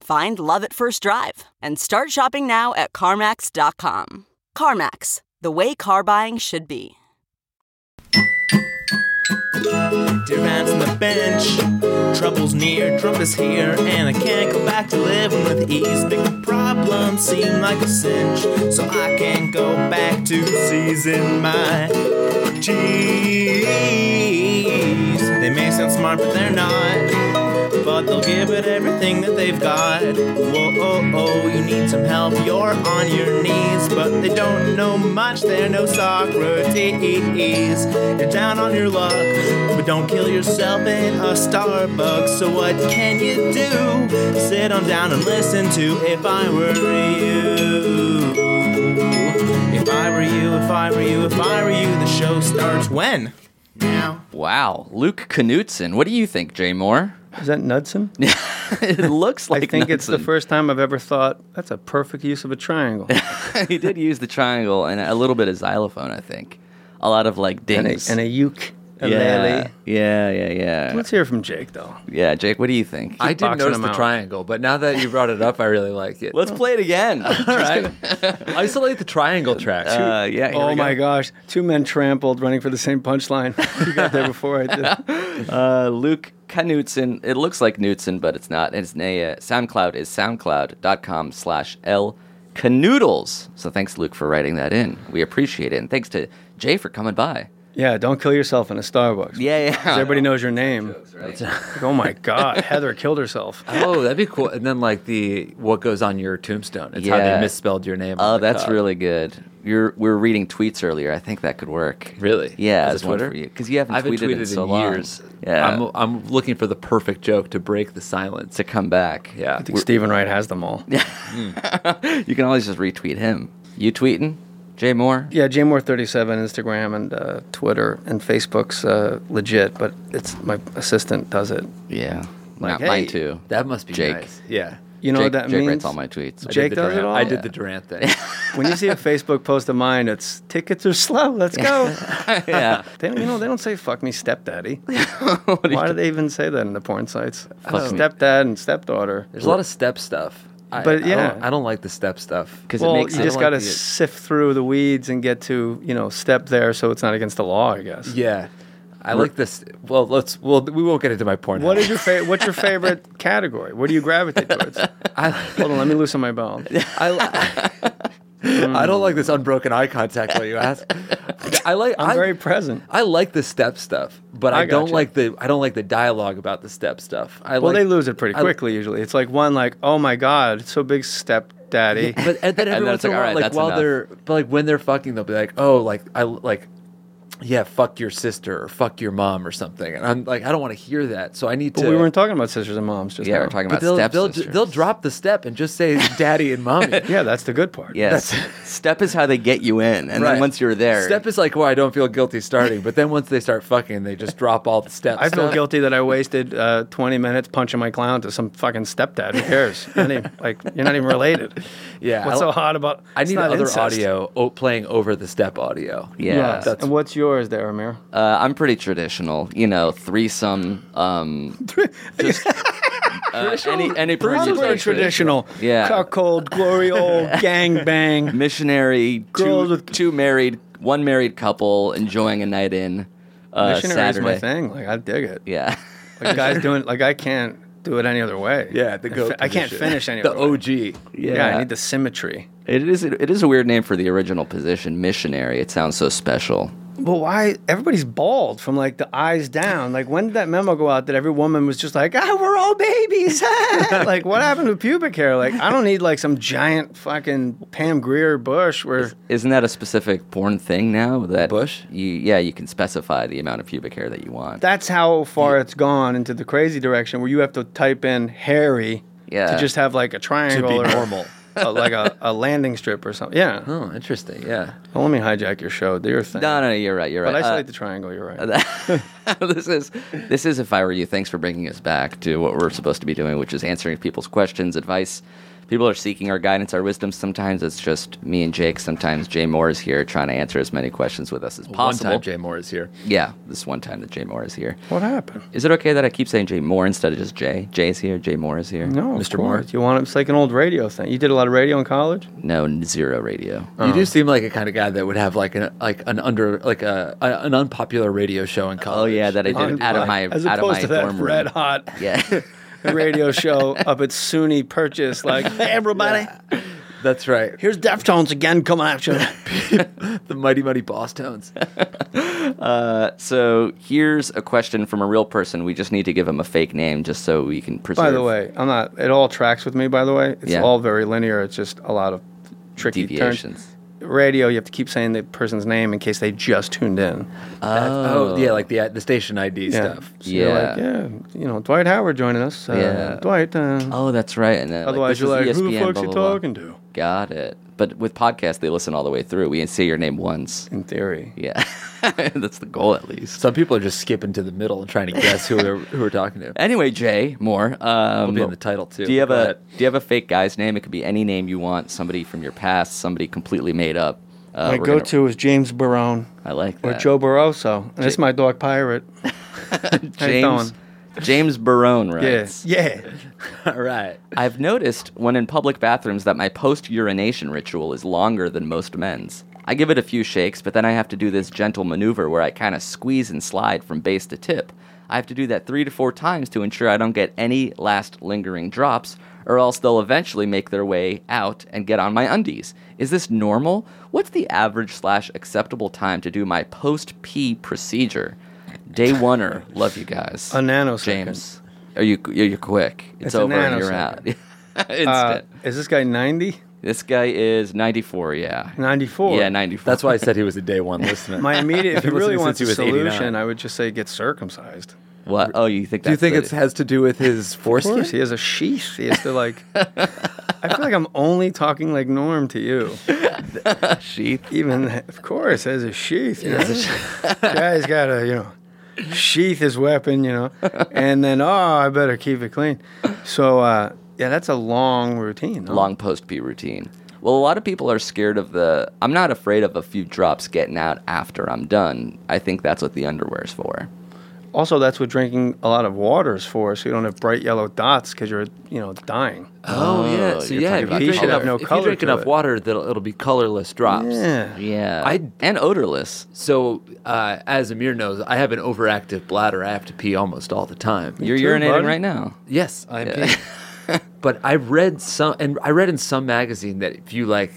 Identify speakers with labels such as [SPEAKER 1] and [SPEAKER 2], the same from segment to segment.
[SPEAKER 1] Find love at first drive and start shopping now at CarMax.com. CarMax, the way car buying should be.
[SPEAKER 2] Durant's on the bench, trouble's near, Trump is here, and I can't go back to living with ease. Big problems seem like a cinch, so I can't go back to season my cheese. They may sound smart, but they're not. But they'll give it everything that they've got. Whoa, oh, oh, you need some help, you're on your knees. But they don't know much, they're no Socrates. You're down on your luck, but don't kill yourself in a Starbucks. So what can you do? Sit on down and listen to If I Were You. If I Were You, If I Were You, If I Were You, the show starts when? Now.
[SPEAKER 3] Wow, Luke Knutson. What do you think, Jay Moore?
[SPEAKER 4] Is that Knudsen?
[SPEAKER 3] it looks like
[SPEAKER 4] I think it's the
[SPEAKER 3] Knudsen.
[SPEAKER 4] first time I've ever thought that's a perfect use of a triangle.
[SPEAKER 3] he did use the triangle and a little bit of xylophone. I think a lot of like
[SPEAKER 4] and, a,
[SPEAKER 3] dings.
[SPEAKER 4] and a uke. a
[SPEAKER 3] yeah,
[SPEAKER 4] lele.
[SPEAKER 3] yeah, yeah, yeah,
[SPEAKER 4] Let's hear from Jake though.
[SPEAKER 3] yeah. Jake, what do you think?
[SPEAKER 5] I didn't
[SPEAKER 4] boxing
[SPEAKER 5] notice
[SPEAKER 4] them
[SPEAKER 5] the
[SPEAKER 4] out.
[SPEAKER 5] triangle, but now that you brought it up, I really like it.
[SPEAKER 3] Let's play it again.
[SPEAKER 5] All right. Isolate the triangle track.
[SPEAKER 3] Uh, yeah. here
[SPEAKER 4] oh
[SPEAKER 3] we go.
[SPEAKER 4] my gosh, two men trampled running for the same punchline. you got there before I did.
[SPEAKER 3] Uh, Luke Knutson. It looks like Knutson, but it's not. His na- uh, SoundCloud is soundcloud.com slash L Canoodles. So thanks, Luke, for writing that in. We appreciate it. And thanks to Jay for coming by.
[SPEAKER 4] Yeah, don't kill yourself in a Starbucks.
[SPEAKER 3] Yeah, yeah.
[SPEAKER 4] 'Cause everybody knows your name. Like, oh my God, Heather killed herself.
[SPEAKER 5] oh, that'd be cool. And then like the what goes on your tombstone. It's how
[SPEAKER 3] Yeah.
[SPEAKER 5] they misspelled your name.
[SPEAKER 3] Oh,
[SPEAKER 5] on the
[SPEAKER 3] that's
[SPEAKER 5] cup.
[SPEAKER 3] really good. You're we were reading tweets earlier. I think that could work.
[SPEAKER 5] Really?
[SPEAKER 3] Yeah,
[SPEAKER 5] As a
[SPEAKER 3] as one
[SPEAKER 5] tweeter?
[SPEAKER 3] for you because you haven't,
[SPEAKER 5] I haven't
[SPEAKER 3] tweeted,
[SPEAKER 5] tweeted
[SPEAKER 3] in so
[SPEAKER 5] in
[SPEAKER 3] long.
[SPEAKER 5] years.
[SPEAKER 3] Yeah,
[SPEAKER 5] I'm, I'm looking for the perfect joke to break the silence.
[SPEAKER 3] to come back.
[SPEAKER 5] Yeah.
[SPEAKER 4] I think Stephen Wright has them all. Yeah,
[SPEAKER 3] you can always just retweet him. You tweeting, Jay Moore?
[SPEAKER 4] JMore37, Instagram and uh, Twitter and Facebook's uh, legit, but it's my assistant does it.
[SPEAKER 3] Yeah,
[SPEAKER 4] Like,
[SPEAKER 3] Not mine
[SPEAKER 4] hey,
[SPEAKER 3] too.
[SPEAKER 5] That must be
[SPEAKER 3] Jake.
[SPEAKER 5] nice. Yeah.
[SPEAKER 4] You know
[SPEAKER 3] Jake,
[SPEAKER 4] what that
[SPEAKER 3] Jake
[SPEAKER 4] means?
[SPEAKER 3] writes all my tweets.
[SPEAKER 4] Jake
[SPEAKER 5] the
[SPEAKER 4] does it
[SPEAKER 5] Durant-
[SPEAKER 4] all?
[SPEAKER 5] I did the Durant thing.
[SPEAKER 4] when you see a Facebook post of mine, it's tickets are slow. Let's go.
[SPEAKER 3] yeah,
[SPEAKER 4] they, you know, they don't say "fuck me, stepdaddy." Why do they even say that in the porn sites?
[SPEAKER 3] me.
[SPEAKER 4] Stepdad and stepdaughter.
[SPEAKER 5] There's a lot of step stuff. I-
[SPEAKER 4] But,
[SPEAKER 5] I don't- I
[SPEAKER 4] yeah.
[SPEAKER 5] don't, like the step stuff.
[SPEAKER 3] because
[SPEAKER 4] Well,
[SPEAKER 3] it
[SPEAKER 4] you
[SPEAKER 3] makes
[SPEAKER 4] just
[SPEAKER 3] it
[SPEAKER 4] got to
[SPEAKER 5] like the-
[SPEAKER 4] sift through the weeds and get to you know step there, so it's not against the law, I guess.
[SPEAKER 5] Yeah. I like this. Well, let's. Well, we won't get into my porn.
[SPEAKER 4] What is your favorite? What's your favorite category? What do you gravitate towards? Hold on, let me loosen my belt.
[SPEAKER 5] I, I don't like this unbroken eye contact while you ask. I like.
[SPEAKER 4] I'm
[SPEAKER 5] I-
[SPEAKER 4] very present.
[SPEAKER 5] I like the step stuff, but I,
[SPEAKER 4] I
[SPEAKER 5] don't
[SPEAKER 4] gotcha.
[SPEAKER 5] like the. I don't like the dialogue about the step stuff. I
[SPEAKER 4] Well,
[SPEAKER 5] like,
[SPEAKER 4] they lose it pretty
[SPEAKER 5] I-
[SPEAKER 4] quickly usually. It's like one like, "Oh my God, it's so big, stepdaddy."
[SPEAKER 5] But and then every
[SPEAKER 3] then it's
[SPEAKER 5] once
[SPEAKER 3] like,
[SPEAKER 5] in a while,
[SPEAKER 3] all right,
[SPEAKER 5] like
[SPEAKER 3] that's
[SPEAKER 5] while
[SPEAKER 3] enough.
[SPEAKER 5] they're, but like when they're fucking, they'll be like, "Oh, like I like, yeah, fuck your sister or fuck your mom or something," and I'm like, I don't want to hear that, so I need
[SPEAKER 4] But
[SPEAKER 5] to.
[SPEAKER 4] we weren't talking about sisters and moms just
[SPEAKER 3] yeah,
[SPEAKER 4] now.
[SPEAKER 3] we're talking
[SPEAKER 5] But
[SPEAKER 3] about
[SPEAKER 5] they'll, they'll, ju-
[SPEAKER 3] stepsisters.
[SPEAKER 5] they'll drop the step and just say daddy and mommy.
[SPEAKER 4] Yeah, that's the good part.
[SPEAKER 3] Yes, step is how they get you in, and
[SPEAKER 5] Right.
[SPEAKER 3] then once you're there,
[SPEAKER 5] Step is like where I don't feel guilty starting, but then once they start fucking, they just drop all the steps.
[SPEAKER 4] I feel
[SPEAKER 5] stuff.
[SPEAKER 4] guilty that I wasted uh, 20 minutes punching my clown to some fucking stepdad. Who cares? You're not even, like you're not even related.
[SPEAKER 5] Yeah,
[SPEAKER 4] What's
[SPEAKER 5] I-
[SPEAKER 4] so hot about?
[SPEAKER 5] I
[SPEAKER 4] it's
[SPEAKER 5] need
[SPEAKER 4] not
[SPEAKER 5] other
[SPEAKER 4] incest.
[SPEAKER 5] audio o- playing over the step audio.
[SPEAKER 3] Yeah.
[SPEAKER 4] Yes.
[SPEAKER 5] That's-
[SPEAKER 4] and what's yours there, Amir?
[SPEAKER 3] Uh, I'm pretty traditional, you know, threesome. Um, just, uh, any any
[SPEAKER 4] Pretty
[SPEAKER 3] permutation.
[SPEAKER 4] traditional.
[SPEAKER 3] Yeah.
[SPEAKER 4] Cuckold, glory old, gang bang.
[SPEAKER 3] missionary, two,
[SPEAKER 4] Girls with-
[SPEAKER 3] two married, one married couple enjoying a night in uh,
[SPEAKER 4] Missionary
[SPEAKER 3] Saturday.
[SPEAKER 4] is my thing. Like I dig it.
[SPEAKER 3] Yeah,
[SPEAKER 4] Like guys doing. Like I can't. do it any other way.
[SPEAKER 5] Yeah, the
[SPEAKER 4] I
[SPEAKER 5] goat.
[SPEAKER 4] fi- I can't
[SPEAKER 5] position.
[SPEAKER 4] finish any
[SPEAKER 5] The
[SPEAKER 4] other way.
[SPEAKER 5] OG.
[SPEAKER 4] Yeah. I need the symmetry.
[SPEAKER 3] It is it is a weird name for the original position, missionary. It sounds so special.
[SPEAKER 4] But why everybody's bald from like the eyes down? Like when did that memo go out that every woman was just like, "Ah, we're all babies." like what happened to pubic hair? Like I don't need like some giant fucking Pam Greer bush where
[SPEAKER 3] Isn't that a specific porn thing now? That
[SPEAKER 5] Bush?
[SPEAKER 3] You, yeah, you can specify the amount of pubic hair that you want.
[SPEAKER 4] that's how far it's gone into the crazy direction where you have to type in hairy
[SPEAKER 3] Yeah.
[SPEAKER 4] to just have like a triangle or
[SPEAKER 5] normal.
[SPEAKER 4] a, like a, a landing strip or something. Yeah.
[SPEAKER 5] Oh, interesting. Yeah.
[SPEAKER 4] Don't let me hijack your show. Do your thing.
[SPEAKER 3] no, no, you're right. You're
[SPEAKER 4] But
[SPEAKER 3] right. Uh,
[SPEAKER 4] isolate the triangle. You're right.
[SPEAKER 3] this is this is if I were you. Thanks for bringing us back to what we're supposed to be doing, which is answering people's questions, advice. People are seeking our guidance, our wisdom. Sometimes it's just me and Jake. Sometimes Jay Moore is here trying to answer as many questions with us as possible.
[SPEAKER 5] One time Jay Moore is here.
[SPEAKER 3] Yeah, this one time that Jay Moore is here.
[SPEAKER 4] what happened?
[SPEAKER 3] Is it okay that I keep saying Jay Moore instead of just Jay? Jay's here. Jay Moore is here.
[SPEAKER 4] No, Mr.
[SPEAKER 5] Mr. Moore?
[SPEAKER 4] Moore. You want it's like an old radio thing. You did a lot of radio in college.
[SPEAKER 3] No, n- zero radio.
[SPEAKER 5] You do seem like a kind of guy that would have like an like an under like a, a an unpopular radio show in
[SPEAKER 3] Oh
[SPEAKER 5] college.
[SPEAKER 3] yeah, that I did
[SPEAKER 4] On-
[SPEAKER 3] out of my
[SPEAKER 4] as
[SPEAKER 3] out of
[SPEAKER 4] opposed
[SPEAKER 3] my
[SPEAKER 4] to that
[SPEAKER 3] dorm room.
[SPEAKER 4] red hot
[SPEAKER 3] Yeah.
[SPEAKER 4] radio show up at SUNY Purchase. Like, hey everybody,
[SPEAKER 3] Oh,
[SPEAKER 5] That's right.
[SPEAKER 4] here's Deftones again coming at you.
[SPEAKER 5] The mighty mighty boss tones.
[SPEAKER 3] so here's a question from a real person. We just need to give him a fake name just so we can preserve.
[SPEAKER 4] by the way, I'm not. It all tracks with me. By the way, it's
[SPEAKER 3] Yeah.
[SPEAKER 4] all very linear. It's just a lot of tricky
[SPEAKER 3] deviations.
[SPEAKER 4] Turns. Radio, you have to keep saying the person's name in case they just tuned in.
[SPEAKER 5] That- oh yeah, like the the station ID stuff.
[SPEAKER 4] So you're
[SPEAKER 3] Yeah.
[SPEAKER 4] like, yeah. You know, Dwight Howard joining us. Uh,
[SPEAKER 3] Yeah.
[SPEAKER 4] Dwight. Uh,
[SPEAKER 3] Oh, that's right. And then
[SPEAKER 4] otherwise,
[SPEAKER 3] like,
[SPEAKER 4] you're like,
[SPEAKER 3] this is E
[SPEAKER 4] who
[SPEAKER 3] ESPN,
[SPEAKER 4] the fuck's
[SPEAKER 3] blah,
[SPEAKER 4] he
[SPEAKER 3] blah, blah.
[SPEAKER 4] talking to?
[SPEAKER 3] Got it. But with podcasts, they listen all the way through. We say your name once.
[SPEAKER 4] In theory.
[SPEAKER 3] Yeah, that's the goal at least.
[SPEAKER 5] Some people are just skipping to the middle and trying to guess who we're, who we're talking to.
[SPEAKER 3] Anyway, Jay Moore. Um,
[SPEAKER 5] It'll be in the title too.
[SPEAKER 3] Do you have
[SPEAKER 5] Go
[SPEAKER 3] a
[SPEAKER 5] ahead.
[SPEAKER 3] Do you have a fake guy's name? It could be any name you want. Somebody from your past. Somebody completely made up. Uh,
[SPEAKER 4] my
[SPEAKER 3] we're gonna-
[SPEAKER 4] go-to is James Barone
[SPEAKER 3] I like
[SPEAKER 4] or
[SPEAKER 3] that.
[SPEAKER 4] Joe Barroso. And it's my dog Pirate. How you
[SPEAKER 3] James.
[SPEAKER 4] doing?
[SPEAKER 3] James Barone
[SPEAKER 4] Yeah,
[SPEAKER 3] writes.
[SPEAKER 4] yeah.
[SPEAKER 5] All right.
[SPEAKER 3] I've noticed when in public bathrooms that my post urination ritual is longer than most men's. I give it a few shakes, but then I have to do this gentle maneuver where I kind of squeeze and slide from base to tip. I have to do that three to four times to ensure I don't get any last lingering drops, or else they'll eventually make their way out and get on my undies. Is this normal? What's the average slash acceptable time to do my post pee procedure? Day oneer, love you guys.
[SPEAKER 4] A nanosecond.
[SPEAKER 3] James. Are you you're you're quick? It's,
[SPEAKER 4] It's a
[SPEAKER 3] over and you're out.
[SPEAKER 4] nanosecond.
[SPEAKER 3] Instant.
[SPEAKER 4] Uh, is this guy 90?
[SPEAKER 3] this guy is 94, yeah.
[SPEAKER 4] 94?
[SPEAKER 3] Yeah, 94.
[SPEAKER 5] That's why I said he was a day one listener.
[SPEAKER 4] My immediate, if
[SPEAKER 5] Been
[SPEAKER 4] you really
[SPEAKER 5] listening
[SPEAKER 4] want a
[SPEAKER 5] since he was 89.
[SPEAKER 4] solution, I would just say get circumcised.
[SPEAKER 3] What? Oh, you think
[SPEAKER 5] Do you
[SPEAKER 3] that's
[SPEAKER 5] think
[SPEAKER 3] the-
[SPEAKER 5] it has to do with his
[SPEAKER 4] Of
[SPEAKER 5] foreskin?
[SPEAKER 4] course, he has a sheath. He has to like. I feel like I'm only talking like Norm to you.
[SPEAKER 3] sheath?
[SPEAKER 4] Even of course, has a sheath. You know? Guy's got a you know, sheath his weapon. You know, and then oh, I better keep it clean. So uh, yeah, that's a long routine. huh?
[SPEAKER 3] Long post pee routine. Well, a lot of people are scared of the. I'm not afraid of a few drops getting out after I'm done. I think that's what the underwear's for.
[SPEAKER 4] Also, that's what drinking a lot of water is for, so you don't have bright yellow dots because you're you know dying.
[SPEAKER 5] Oh, yeah.
[SPEAKER 3] Oh,
[SPEAKER 5] So
[SPEAKER 3] you're
[SPEAKER 5] yeah,
[SPEAKER 3] talking
[SPEAKER 5] if
[SPEAKER 3] about
[SPEAKER 5] you drink
[SPEAKER 3] color.
[SPEAKER 5] enough,
[SPEAKER 4] No
[SPEAKER 5] if you
[SPEAKER 4] color
[SPEAKER 5] drink
[SPEAKER 4] to
[SPEAKER 5] enough
[SPEAKER 4] it.
[SPEAKER 5] water, that'll it'll be colorless drops.
[SPEAKER 4] Yeah.
[SPEAKER 3] Yeah.
[SPEAKER 5] I-
[SPEAKER 3] and odorless.
[SPEAKER 5] So uh, as Amir knows, I have an overactive bladder. I have to pee almost all the time.
[SPEAKER 3] You're
[SPEAKER 4] too,
[SPEAKER 3] urinating
[SPEAKER 4] bud.
[SPEAKER 3] right now.
[SPEAKER 5] yes, I'm peeing. but I read some, and I read in some magazine that if you like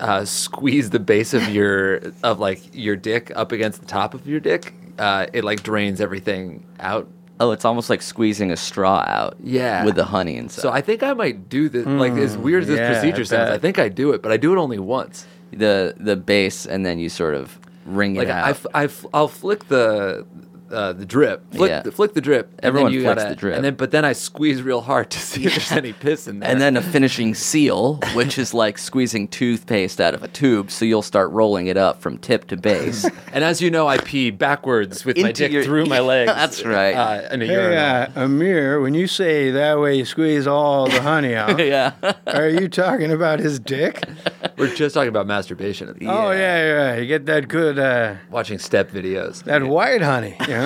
[SPEAKER 5] uh, squeeze the base of your of like your dick up against the top of your dick, uh, it like drains everything out.
[SPEAKER 3] Oh, it's almost like squeezing a straw out.
[SPEAKER 5] Yeah.
[SPEAKER 3] With the honey inside.
[SPEAKER 5] So I think I might do this. like as weird as this
[SPEAKER 4] yeah,
[SPEAKER 5] procedure
[SPEAKER 4] I
[SPEAKER 5] sounds, Mm, I
[SPEAKER 4] bet.
[SPEAKER 5] think I do it, but I do it only once.
[SPEAKER 3] the the base, and then you sort of wring
[SPEAKER 5] Like
[SPEAKER 3] it out.
[SPEAKER 5] I, I, will flick the uh, the drip, flick,
[SPEAKER 3] Yeah.
[SPEAKER 5] the, flick the drip. and then
[SPEAKER 3] Everyone
[SPEAKER 5] you
[SPEAKER 3] flicks
[SPEAKER 5] gotta-
[SPEAKER 3] the drip.
[SPEAKER 5] and then but then I squeeze real hard to see if there's any piss in there.
[SPEAKER 3] and then a finishing seal, which is like squeezing toothpaste out of a tube. So you'll start rolling it up from tip to base.
[SPEAKER 5] and as you know, I pee backwards with my
[SPEAKER 3] Into
[SPEAKER 5] dick
[SPEAKER 3] your-
[SPEAKER 5] through my legs.
[SPEAKER 3] That's right.
[SPEAKER 5] Uh, in a
[SPEAKER 4] Hey,
[SPEAKER 5] urinal.
[SPEAKER 4] uh, Amir, when you say that way you squeeze all the honey out,
[SPEAKER 3] yeah.
[SPEAKER 4] are you talking about his dick?
[SPEAKER 5] We're just talking about masturbation. At the
[SPEAKER 4] Oh yeah, yeah. You get that good, uh,
[SPEAKER 5] Watching step videos.
[SPEAKER 4] that white honey, you know,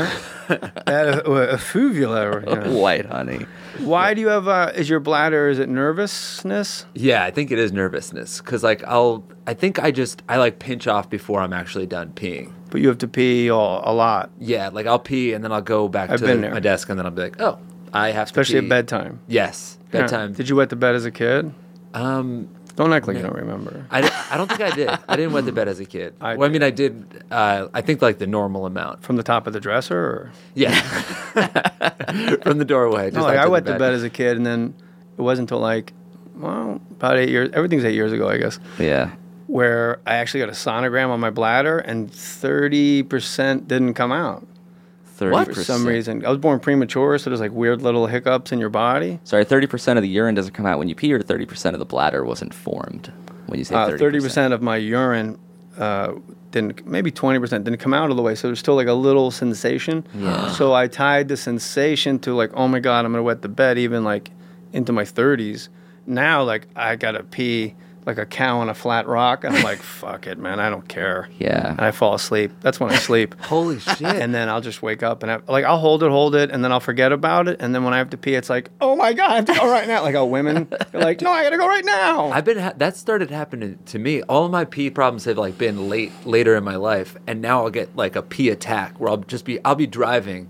[SPEAKER 4] that uh, uh, effluvia. You know?
[SPEAKER 3] White honey.
[SPEAKER 4] Why do you have? Uh, is your bladder? Is it nervousness?
[SPEAKER 5] Yeah, I think it is nervousness because like I'll, I think I just I like pinch off before I'm actually done peeing.
[SPEAKER 4] But you have to pee all, a lot.
[SPEAKER 5] Yeah, like I'll pee and then I'll go back
[SPEAKER 4] I've
[SPEAKER 5] to
[SPEAKER 4] been there.
[SPEAKER 5] my desk and then I'll be like, oh, I have
[SPEAKER 4] especially
[SPEAKER 5] to pee.
[SPEAKER 4] at bedtime.
[SPEAKER 5] Yes, bedtime.
[SPEAKER 4] Did you wet the bed as a kid?
[SPEAKER 5] Um,
[SPEAKER 4] Don't act like you don't remember.
[SPEAKER 5] I, di- I don't think I did. I didn't wet the bed as a kid.
[SPEAKER 4] I
[SPEAKER 5] well, I mean, I did. Uh, I think like the normal amount.
[SPEAKER 4] From the top of the dresser? Or?
[SPEAKER 5] Yeah, from the doorway. Just
[SPEAKER 4] No, like
[SPEAKER 5] out
[SPEAKER 4] I
[SPEAKER 5] to
[SPEAKER 4] wet the bed. as a kid, and then it wasn't until like, well, about eight years. Everything's eight years ago, I guess.
[SPEAKER 3] Yeah.
[SPEAKER 4] Where I actually got a sonogram on my bladder, and thirty percent didn't come out
[SPEAKER 3] 30%.
[SPEAKER 4] for some reason. I was born premature, so there's like weird little hiccups in your body.
[SPEAKER 3] Sorry, 30% of the urine doesn't come out when you pee, or 30% of the bladder wasn't formed when you say
[SPEAKER 4] Uh,
[SPEAKER 3] 30%.
[SPEAKER 4] Thirty percent of my urine uh, didn't, maybe twenty percent didn't come out of the way, so there's still like a little sensation. so I tied the sensation to like, oh my god, I'm gonna wet the bed, even like into my thirties. Now like I gotta pee like a cow on a flat rock, and I'm like, fuck it, man, I don't care.
[SPEAKER 3] Yeah.
[SPEAKER 4] And I fall asleep. That's when I sleep.
[SPEAKER 5] Holy shit!
[SPEAKER 4] And then I'll just wake up and I, like I'll hold it, hold it, and then I'll forget about it. And then when I have to pee, it's like, oh my god, I have to go right now. Like, oh, women, they're like, no, I gotta go right now.
[SPEAKER 5] I've been ha- that started happening to me. All my pee problems have like been late later in my life, and now I'll get like a pee attack where I'll just be I'll be driving,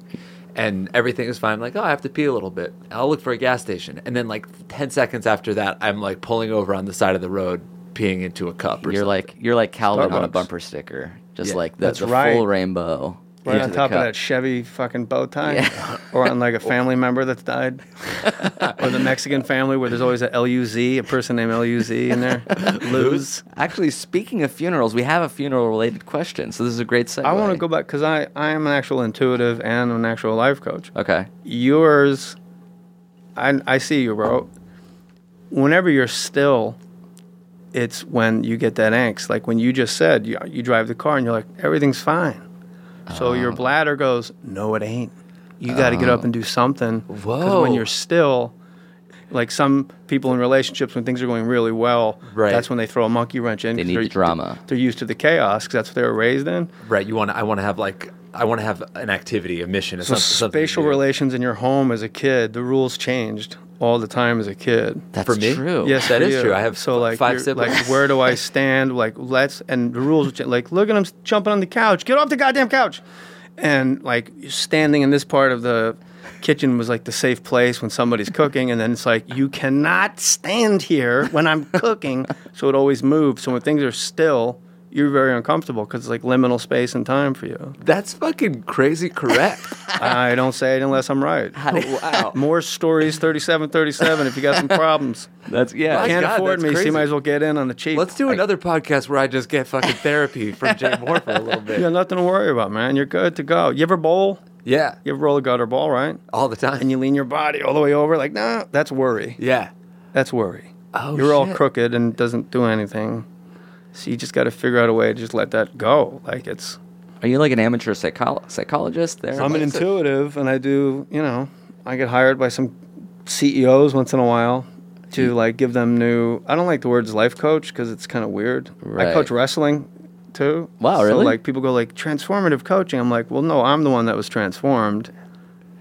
[SPEAKER 5] and everything is fine. I'm like oh, I have to pee a little bit. I'll look for a gas station, and then like ten seconds after that, I'm like pulling over on the side of the road, peeing into a cup. Or
[SPEAKER 3] You're
[SPEAKER 5] something.
[SPEAKER 3] like you're like Calvin on a
[SPEAKER 4] Starbucks.
[SPEAKER 3] bumper sticker, just
[SPEAKER 5] Yeah.
[SPEAKER 3] like the,
[SPEAKER 4] That's
[SPEAKER 3] the
[SPEAKER 4] right.
[SPEAKER 3] full rainbow.
[SPEAKER 4] Right
[SPEAKER 3] into
[SPEAKER 4] on
[SPEAKER 3] the
[SPEAKER 4] top of
[SPEAKER 3] cup.
[SPEAKER 4] that Chevy fucking bow tie, or on like a family member that's died, or the Mexican family where there's always a Luz, a person named Luz in there. Luz.
[SPEAKER 3] Actually, speaking of funerals, we have a funeral related question, so this is a great segue.
[SPEAKER 4] I want to go back because I I am an actual intuitive and an actual life coach.
[SPEAKER 3] Okay.
[SPEAKER 4] Yours, I I see you, bro. Whenever you're still, it's when you get that angst. Like when you just said, you you drive the car and you're like everything's fine, so your
[SPEAKER 3] Uh-huh.
[SPEAKER 4] bladder goes, no, it ain't. You got to get up and do something. Because when
[SPEAKER 5] Whoa.
[SPEAKER 4] you're still, like some people in relationships, when things are going really well,
[SPEAKER 5] Right.
[SPEAKER 4] that's when they throw a monkey wrench in.
[SPEAKER 3] They
[SPEAKER 4] 'cause
[SPEAKER 3] need
[SPEAKER 4] they're-
[SPEAKER 3] the drama.
[SPEAKER 4] They're used to the chaos because that's what they were raised in.
[SPEAKER 5] right. You want to I want to have like I want to have an activity, a mission, or
[SPEAKER 4] So
[SPEAKER 5] something. something to
[SPEAKER 4] spatial
[SPEAKER 5] do.
[SPEAKER 4] relations in your home as a kid, the rules changed all the time as a kid.
[SPEAKER 3] That's
[SPEAKER 5] For me?
[SPEAKER 3] true.
[SPEAKER 4] Yes,
[SPEAKER 5] that
[SPEAKER 4] for
[SPEAKER 5] is
[SPEAKER 4] you.
[SPEAKER 5] true. I have
[SPEAKER 4] so like
[SPEAKER 5] five
[SPEAKER 4] you're-
[SPEAKER 5] siblings.
[SPEAKER 4] Like, where do I stand? Like, let's and the rules. would cha- Like, look at him jumping on the couch. Get off the goddamn couch! And like standing in this part of the kitchen was like the safe place when somebody's cooking, and then it's like you cannot stand here when I'm cooking. so it always moves. So when things are still, you're very uncomfortable because it's like liminal space and time for you.
[SPEAKER 5] That's fucking crazy. Correct.
[SPEAKER 4] I don't say it unless I'm right.
[SPEAKER 5] wow.
[SPEAKER 4] More stories, thirty-seven, thirty-seven. If you got some problems,
[SPEAKER 3] That's yeah.
[SPEAKER 5] My
[SPEAKER 4] can't
[SPEAKER 5] God,
[SPEAKER 4] afford
[SPEAKER 5] that's
[SPEAKER 4] me, so
[SPEAKER 5] crazy.
[SPEAKER 4] you might as well get in on the cheap.
[SPEAKER 5] Let's do another podcast where I just get fucking therapy from Jay Moore for a little
[SPEAKER 4] You
[SPEAKER 5] bit.
[SPEAKER 4] got nothing to worry about, man. You're good to go. You ever bowl?
[SPEAKER 5] Yeah,
[SPEAKER 4] You ever roll a gutter ball, right?
[SPEAKER 5] all the time.
[SPEAKER 4] And you lean your body all the way over, like, nah, that's worry.
[SPEAKER 5] Yeah.
[SPEAKER 4] That's worry.
[SPEAKER 5] Oh,
[SPEAKER 4] You're all
[SPEAKER 5] shit.
[SPEAKER 4] crooked and it doesn't do anything. So you just got to figure out a way to just let that go. Like it's.
[SPEAKER 3] Are you like an amateur psycholo- psychologist there?
[SPEAKER 4] I'm an intuitive, and I do. You know, I get hired by some CEOs once in a while to like give them new. I don't like the words life coach because it's kind of weird. I
[SPEAKER 3] Right.
[SPEAKER 4] coach wrestling too.
[SPEAKER 3] Wow,
[SPEAKER 4] so,
[SPEAKER 3] really?
[SPEAKER 4] Like people go like transformative coaching. I'm like, well, no, I'm the one that was transformed.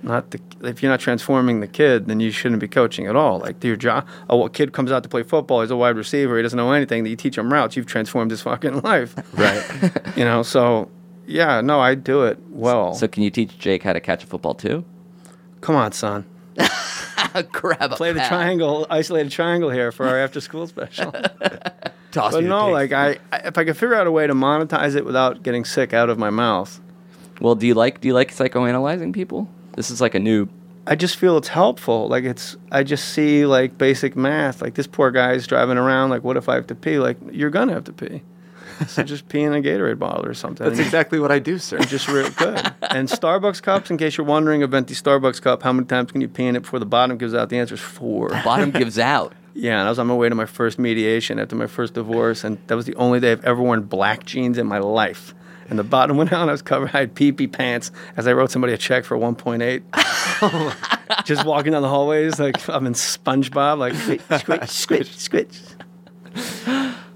[SPEAKER 4] Not the if you're not transforming the kid, then you shouldn't be coaching at all. Like your job, oh, a wa- kid comes out to play football. He's a wide receiver. He doesn't know anything. That you teach him routes. You've transformed his fucking life.
[SPEAKER 5] Right.
[SPEAKER 4] you know. So yeah, no, I do it well.
[SPEAKER 3] So can you teach Jake how to catch a football too?
[SPEAKER 4] Come on, son.
[SPEAKER 3] Grab a
[SPEAKER 4] Play the triangle, isolated triangle here for our after school special.
[SPEAKER 5] Toss
[SPEAKER 4] but
[SPEAKER 5] me the
[SPEAKER 4] no,
[SPEAKER 5] pig.
[SPEAKER 4] like I, I, if I could figure out a way to monetize it without getting sick out of my mouth,
[SPEAKER 3] Well, do you like do you like psychoanalyzing people? This is like a new
[SPEAKER 4] I just feel it's helpful. Like it's, I just see like basic math. Like this poor guy's driving around. Like, what if I have to pee? Like, you're gonna have to pee. So just pee in a Gatorade bottle or something.
[SPEAKER 5] that's
[SPEAKER 4] And
[SPEAKER 5] exactly what I do, sir.
[SPEAKER 4] Just real good. And Starbucks cups, in case you're wondering, of empty Starbucks cup, how many times can you pee in it before the bottom gives out? The answer is four.
[SPEAKER 3] bottom gives out.
[SPEAKER 4] Yeah, and I was on my way to my first mediation after my first divorce, and that was the only day I've ever worn black jeans in my life. And the bottom went out, and I was covered. I had pee pee pants as I wrote somebody a check for 1.8. Just walking down the hallways, like I'm in SpongeBob, like squish, squish, squish, squish.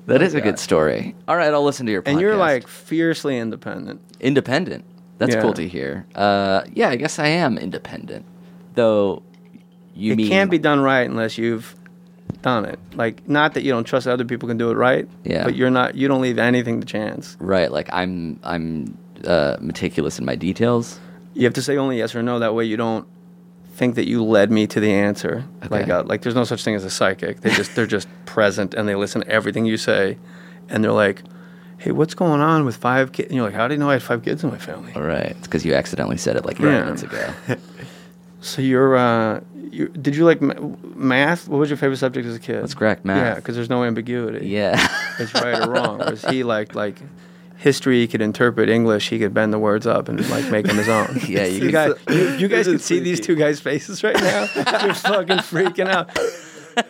[SPEAKER 3] That is a good story. Oh All right, I'll listen to your podcast.
[SPEAKER 4] And you're like fiercely independent.
[SPEAKER 3] independent. That's
[SPEAKER 4] Yeah.
[SPEAKER 3] cool to hear. Uh, yeah, I guess I am independent, though. You
[SPEAKER 4] it
[SPEAKER 3] mean
[SPEAKER 4] can't be done right unless you've done it. Like, not that you don't trust other people can do it right,
[SPEAKER 3] Yeah.
[SPEAKER 4] but you're not. You don't leave anything to chance.
[SPEAKER 3] right? Like I'm I'm uh, meticulous in my details.
[SPEAKER 4] You have to say only yes or no. That way you don't think that you led me to the answer. Like,
[SPEAKER 3] Okay.
[SPEAKER 4] uh, like there's no such thing as a psychic. They just they're just present and they listen to everything you say, and they're like, "Hey, what's going on with five kids?" And you're like, "How do you know I had five kids in my family?"
[SPEAKER 3] All right. It's because you accidentally said it like
[SPEAKER 4] Yeah.
[SPEAKER 3] yeah. minutes ago.
[SPEAKER 4] So you're, uh, you did you like ma- math? What was your favorite subject as a kid?
[SPEAKER 3] That's correct,
[SPEAKER 4] Yeah,
[SPEAKER 3] math.
[SPEAKER 4] because there's no ambiguity.
[SPEAKER 3] yeah.
[SPEAKER 4] it's right or wrong. Whereas he liked like history, he could interpret English, he could bend the words up and like make them his own.
[SPEAKER 3] Yeah, you
[SPEAKER 4] you
[SPEAKER 3] can
[SPEAKER 4] guys, you, you guys can see these two guys' faces right now. They're fucking freaking out.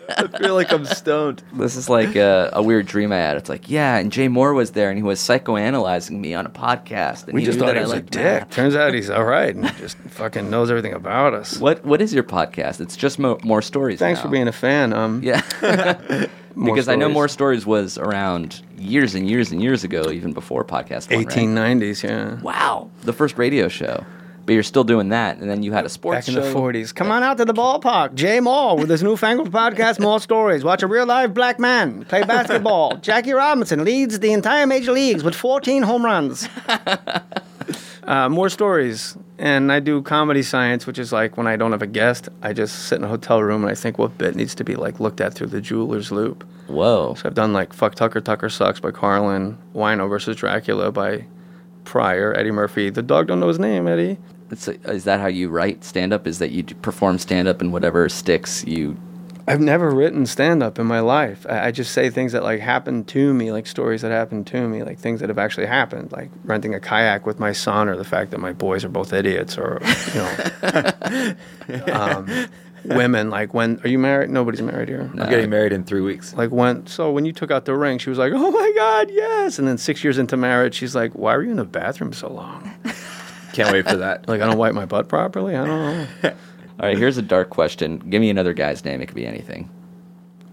[SPEAKER 4] I feel like I'm stoned.
[SPEAKER 3] This is like a, a weird dream I had. It's like, yeah, and Jay Moore was there, and he was psychoanalyzing me on a podcast. And
[SPEAKER 4] We
[SPEAKER 3] he
[SPEAKER 4] just
[SPEAKER 3] knew
[SPEAKER 4] thought
[SPEAKER 3] that
[SPEAKER 4] he
[SPEAKER 3] I
[SPEAKER 4] was a
[SPEAKER 3] liked
[SPEAKER 4] dick.
[SPEAKER 3] math.
[SPEAKER 4] Turns out he's all right and just fucking knows everything about us.
[SPEAKER 3] What What is your podcast? It's just mo- more stories.
[SPEAKER 4] Thanks
[SPEAKER 3] now.
[SPEAKER 4] for being a fan. Um,
[SPEAKER 3] Yeah,
[SPEAKER 4] More
[SPEAKER 3] because I know
[SPEAKER 4] Stories.
[SPEAKER 3] more stories was around years and years and years ago, even before podcast. One, right?
[SPEAKER 4] 1890s, yeah.
[SPEAKER 3] Wow, the first radio show. But you're still doing that, and then you had a sports
[SPEAKER 4] Back in the
[SPEAKER 3] show.
[SPEAKER 4] 40s. Come on out to the ballpark. Jay Moore with his newfangled podcast, More Stories. Watch a real live black man play basketball. Jackie Robinson leads the entire major leagues with 14 home runs. uh, more Stories. And I do comedy science, which is like when I don't have a guest, I just sit in a hotel room and I think what bit needs to be like looked at through the jeweler's loop.
[SPEAKER 3] Whoa,
[SPEAKER 4] So I've done like Fuck Tucker, Tucker Sucks by Carlin, Wino versus Dracula by Pryor, Eddie Murphy. The dog don't know his name, Eddie.
[SPEAKER 3] It's a- is that how you write stand up? Is that you d- perform stand up and whatever sticks you?
[SPEAKER 4] I've never written stand up in my life. I, I just say things that like happened to me, like stories that happened to me, like things that have actually happened, like renting a kayak with my son, or the fact that my boys are both idiots, or you know, um, women. Like when are you married? Nobody's married here.
[SPEAKER 5] I'm getting married in three weeks.
[SPEAKER 4] Like when? So when you took out the ring, she was like, "Oh my god, yes!" And then six years into marriage, she's like, "Why were you in the bathroom so long?
[SPEAKER 5] Can't wait for that.
[SPEAKER 4] Like I don't wipe my butt properly. I don't know."
[SPEAKER 3] All right, here's a dark question. Give me another guy's name. It could be anything.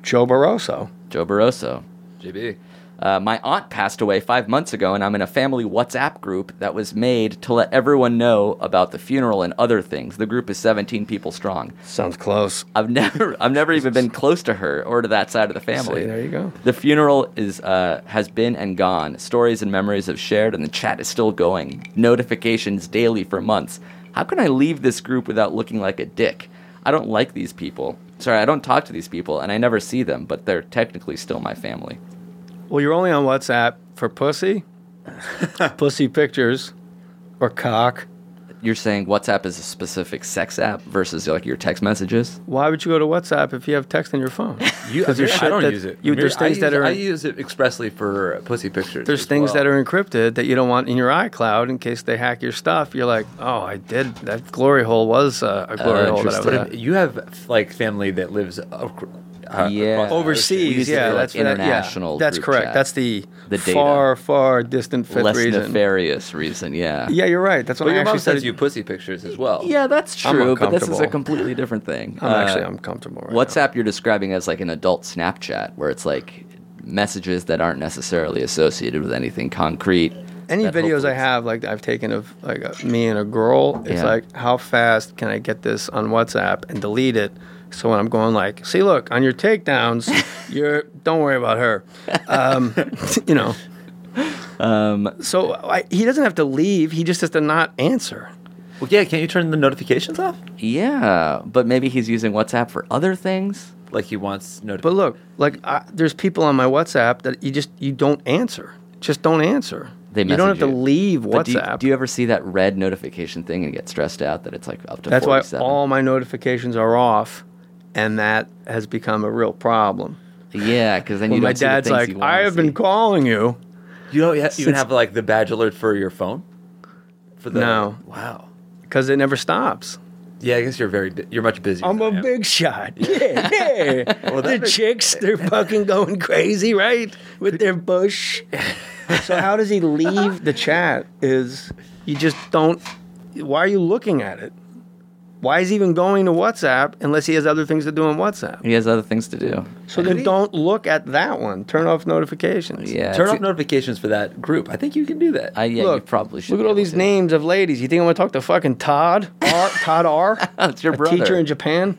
[SPEAKER 4] Joe Barroso.
[SPEAKER 3] Joe Barroso.
[SPEAKER 5] JB.
[SPEAKER 3] Uh, my aunt passed away five months ago, and I'm in a family WhatsApp group that was made to let everyone know about the funeral and other things. The group is 17 people strong.
[SPEAKER 4] Sounds close.
[SPEAKER 3] I've never, I've never even been close to her or to that side of the family.
[SPEAKER 4] See, there you go.
[SPEAKER 3] The funeral is uh, has been and gone. Stories and memories have shared, and the chat is still going. Notifications daily for months. How can I leave this group without looking like a dick? I don't like these people. Sorry, I don't talk to these people, and I never see them, but they're technically still my family.
[SPEAKER 4] Well, you're only on WhatsApp for pussy, pussy pictures, or cock.
[SPEAKER 3] You're saying WhatsApp is a specific sex app versus like your text messages?
[SPEAKER 4] Why would you go to WhatsApp if you have text on your phone?
[SPEAKER 5] You,
[SPEAKER 4] 'Cause there's
[SPEAKER 5] I
[SPEAKER 4] shit
[SPEAKER 5] don't
[SPEAKER 4] that-
[SPEAKER 5] use it.
[SPEAKER 4] you- there's
[SPEAKER 5] I
[SPEAKER 4] things
[SPEAKER 5] use,
[SPEAKER 4] that are-
[SPEAKER 5] I use it expressly for pussy pictures.
[SPEAKER 4] There's
[SPEAKER 5] as
[SPEAKER 4] things
[SPEAKER 5] well.
[SPEAKER 4] that are encrypted that you don't want in your iCloud in case they hack your stuff. You're like, oh, I did. That glory hole was uh, a glory hole that I was
[SPEAKER 5] But
[SPEAKER 4] at.
[SPEAKER 5] if you have like family that lives ac- uh,
[SPEAKER 3] Yeah.
[SPEAKER 5] across the
[SPEAKER 3] We
[SPEAKER 4] overseas.
[SPEAKER 3] use it
[SPEAKER 4] Yeah,
[SPEAKER 3] for, like,
[SPEAKER 4] that's what that- yeah,
[SPEAKER 3] international
[SPEAKER 4] that's
[SPEAKER 3] group
[SPEAKER 4] correct.
[SPEAKER 3] chat.
[SPEAKER 4] That's the,
[SPEAKER 3] The data.
[SPEAKER 4] far, far distant fifth
[SPEAKER 3] Less
[SPEAKER 4] reason.
[SPEAKER 3] nefarious reason, yeah.
[SPEAKER 4] Yeah, you're right. That's what
[SPEAKER 5] But
[SPEAKER 4] I
[SPEAKER 5] your mom
[SPEAKER 4] actually
[SPEAKER 5] sends
[SPEAKER 4] said.
[SPEAKER 5] you pussy pictures as well.
[SPEAKER 3] Yeah, that's
[SPEAKER 4] I'm
[SPEAKER 3] true, but this is a
[SPEAKER 4] uncomfortable.
[SPEAKER 3] completely different thing.
[SPEAKER 4] I'm actually
[SPEAKER 3] Uh,
[SPEAKER 4] uncomfortable. Right now.
[SPEAKER 3] WhatsApp you're describing as like an adult Snapchat, where it's like messages that aren't necessarily associated with anything concrete.
[SPEAKER 4] any
[SPEAKER 3] that
[SPEAKER 4] videos
[SPEAKER 3] hopefully-
[SPEAKER 4] I have, like I've taken of like a, me and a girl, it's
[SPEAKER 3] Yeah.
[SPEAKER 4] like how fast can I get this on WhatsApp and delete it? So when I'm going like, see, look on your takedowns, you're don't worry about her, um, you know. Um, so I, he doesn't have to leave; he just has to not answer.
[SPEAKER 5] Well, yeah. Can't you turn the notifications off?
[SPEAKER 3] Yeah, but maybe he's using WhatsApp for other things.
[SPEAKER 5] Like he wants
[SPEAKER 4] But
[SPEAKER 5] notifications.
[SPEAKER 4] look, like I, there's people on my WhatsApp that you just you don't answer, just don't answer.
[SPEAKER 3] They
[SPEAKER 4] you don't have
[SPEAKER 3] message
[SPEAKER 4] to
[SPEAKER 3] you.
[SPEAKER 4] leave WhatsApp.
[SPEAKER 3] But do you, do you ever see that red notification thing and get stressed out that it's like up to
[SPEAKER 4] That's why
[SPEAKER 3] 47?
[SPEAKER 4] all my notifications are off, and that has become a real problem.
[SPEAKER 3] yeah, because then you
[SPEAKER 4] When my
[SPEAKER 3] don't see the
[SPEAKER 4] dad's
[SPEAKER 3] things
[SPEAKER 4] like,
[SPEAKER 3] you wanna
[SPEAKER 4] I have
[SPEAKER 3] see."
[SPEAKER 4] been calling you.
[SPEAKER 5] you don't ha- even
[SPEAKER 4] Since-
[SPEAKER 5] have like the badge alert for your phone. For the
[SPEAKER 4] No.
[SPEAKER 5] Wow.
[SPEAKER 4] Because it never stops.
[SPEAKER 5] Yeah, I guess you're very. bu- You're much busier.
[SPEAKER 4] I'm
[SPEAKER 5] than I
[SPEAKER 4] a
[SPEAKER 5] am.
[SPEAKER 4] big shot. Yeah, yeah. the chicks, they're fucking going crazy, right? With their bush. so how does he leave the chat? Is you just don't. Why are you looking at it? Why is he even going to WhatsApp unless he has other things to do on WhatsApp?
[SPEAKER 3] He has other things to do.
[SPEAKER 4] So then don't look at that one. Turn off notifications.
[SPEAKER 3] Yeah,
[SPEAKER 5] Turn
[SPEAKER 3] it's-
[SPEAKER 5] off notifications for that group. I think you can do that.
[SPEAKER 3] I, yeah, you
[SPEAKER 4] Look,
[SPEAKER 3] probably should.
[SPEAKER 4] Look at
[SPEAKER 3] be
[SPEAKER 4] all
[SPEAKER 3] able
[SPEAKER 4] these
[SPEAKER 3] to.
[SPEAKER 4] names of ladies. You think I'm gonna talk to fucking Todd R? Todd R?
[SPEAKER 3] That's your
[SPEAKER 4] a
[SPEAKER 3] brother.
[SPEAKER 4] teacher in Japan?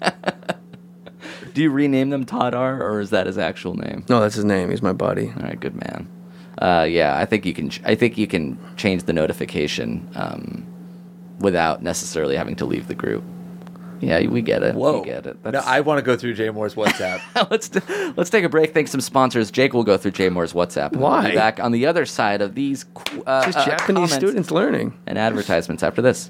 [SPEAKER 3] Do you rename them Todd R, or is that his actual name?
[SPEAKER 4] No, that's his name. He's my buddy.
[SPEAKER 3] All right, good man. Uh, yeah, I think you can. Ch- I think you can change the notification um, without necessarily having to leave the group. Yeah, we get it.
[SPEAKER 5] Whoa.
[SPEAKER 3] We get it.
[SPEAKER 5] No, I want to go through Jay Moore's WhatsApp.
[SPEAKER 3] let's t- let's take a break. Thank some sponsors. Jake will go through Jay Moore's WhatsApp. and We'll
[SPEAKER 4] Why?
[SPEAKER 3] be back on the other side of these qu- uh,
[SPEAKER 4] Just
[SPEAKER 3] uh,
[SPEAKER 4] Japanese
[SPEAKER 3] comments
[SPEAKER 4] students learning.
[SPEAKER 3] and advertisements after this.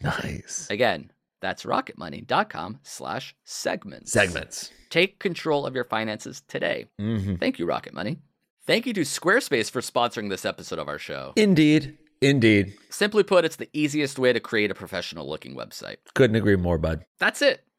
[SPEAKER 6] nice.
[SPEAKER 3] Again, that's rocketmoney.com/segments.
[SPEAKER 6] Segments.
[SPEAKER 3] Take control of your finances today.
[SPEAKER 6] hmm
[SPEAKER 3] Thank you, Rocket Money. Thank you to Squarespace for sponsoring this episode of our show.
[SPEAKER 6] Indeed, indeed.
[SPEAKER 3] Simply put, it's the easiest way to create a professional looking website.
[SPEAKER 6] Couldn't agree more, bud.
[SPEAKER 3] That's it.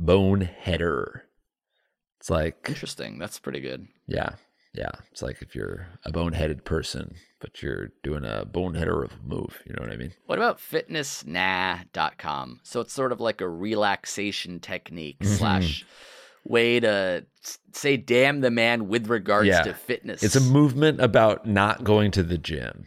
[SPEAKER 6] Boneheader. It's like,
[SPEAKER 3] Interesting. That's pretty good.
[SPEAKER 6] yeah, yeah. It's like if you're a boneheaded person, but you're doing a boneheader of a move. You know what I mean?
[SPEAKER 3] What about fitnessnah.com? So it's sort of like a relaxation technique
[SPEAKER 6] Mm-hmm.
[SPEAKER 3] slash way to s- say damn the man with regards
[SPEAKER 6] Yeah.
[SPEAKER 3] to fitness.
[SPEAKER 6] It's a movement about not going to the gym.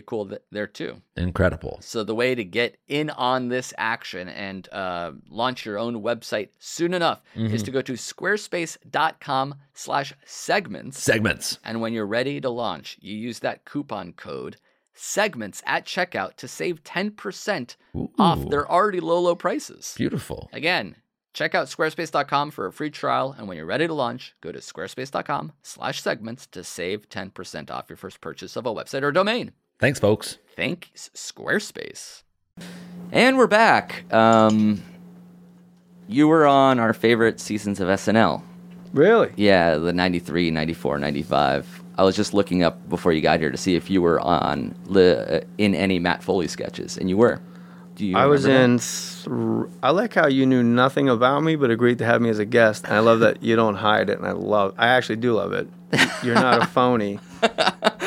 [SPEAKER 3] cool th- there, too.
[SPEAKER 6] Incredible.
[SPEAKER 3] So, the way to get in on this action and uh, launch your own website soon enough is to go to squarespace.com slash segments.
[SPEAKER 6] Segments.
[SPEAKER 3] And when you're ready to launch, you use that coupon code segments at checkout to save 10% off
[SPEAKER 6] Ooh.
[SPEAKER 3] their already low, low prices.
[SPEAKER 6] Beautiful.
[SPEAKER 3] Again, check out squarespace.com for a free trial. And when you're ready to launch, go to squarespace.com slash segments to save 10% off your first purchase of a website or domain.
[SPEAKER 6] Thanks, folks.
[SPEAKER 3] Thanks, Squarespace. And we're back. Um, you were on our favorite seasons of SNL.
[SPEAKER 4] Really?
[SPEAKER 3] Yeah, the 93, 94, 95. I was just looking up before you got here to see if you were on li- uh, in any Matt Foley sketches, and you were. Do you
[SPEAKER 4] I was
[SPEAKER 3] remember
[SPEAKER 4] in. thr- I like how you knew nothing about me, but agreed to have me as a guest. And I love that you don't hide it. And I love. I actually do love it. You're not a phony,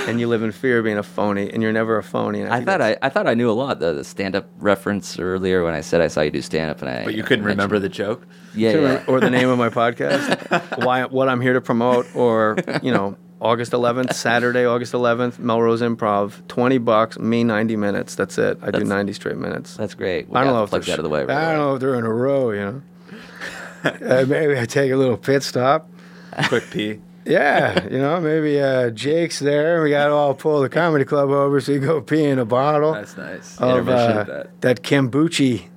[SPEAKER 4] and you live in fear of being a phony, and you're never a phony. And
[SPEAKER 3] that? I
[SPEAKER 4] think
[SPEAKER 3] thought
[SPEAKER 4] that's-
[SPEAKER 3] I, I thought I knew a lot. The, the stand up reference earlier when I said I saw you do stand up, and I
[SPEAKER 5] But you couldn't remember the joke?
[SPEAKER 3] Yeah, yeah.
[SPEAKER 4] or the name of my podcast, why what I'm here to promote, or you know. August 11th, Saturday, August 11th, Melrose Improv, 20 bucks, me 90 minutes. That's it. I do 90 straight minutes.
[SPEAKER 3] that's great. We
[SPEAKER 4] I
[SPEAKER 3] got
[SPEAKER 4] don't know
[SPEAKER 3] to
[SPEAKER 4] if
[SPEAKER 3] plug
[SPEAKER 4] they're
[SPEAKER 3] that out of the way. right
[SPEAKER 4] I don't
[SPEAKER 3] away.
[SPEAKER 4] know if they're in a row, you know. uh, maybe I take a little pit stop.
[SPEAKER 5] Quick pee.
[SPEAKER 4] Yeah, you know, maybe uh, Jake's there. We got to all pull the comedy club over so you go pee in a bottle
[SPEAKER 5] That's nice.
[SPEAKER 3] Oh,
[SPEAKER 4] of
[SPEAKER 5] Intermission.
[SPEAKER 4] uh,
[SPEAKER 5] that.
[SPEAKER 4] that. kombucha.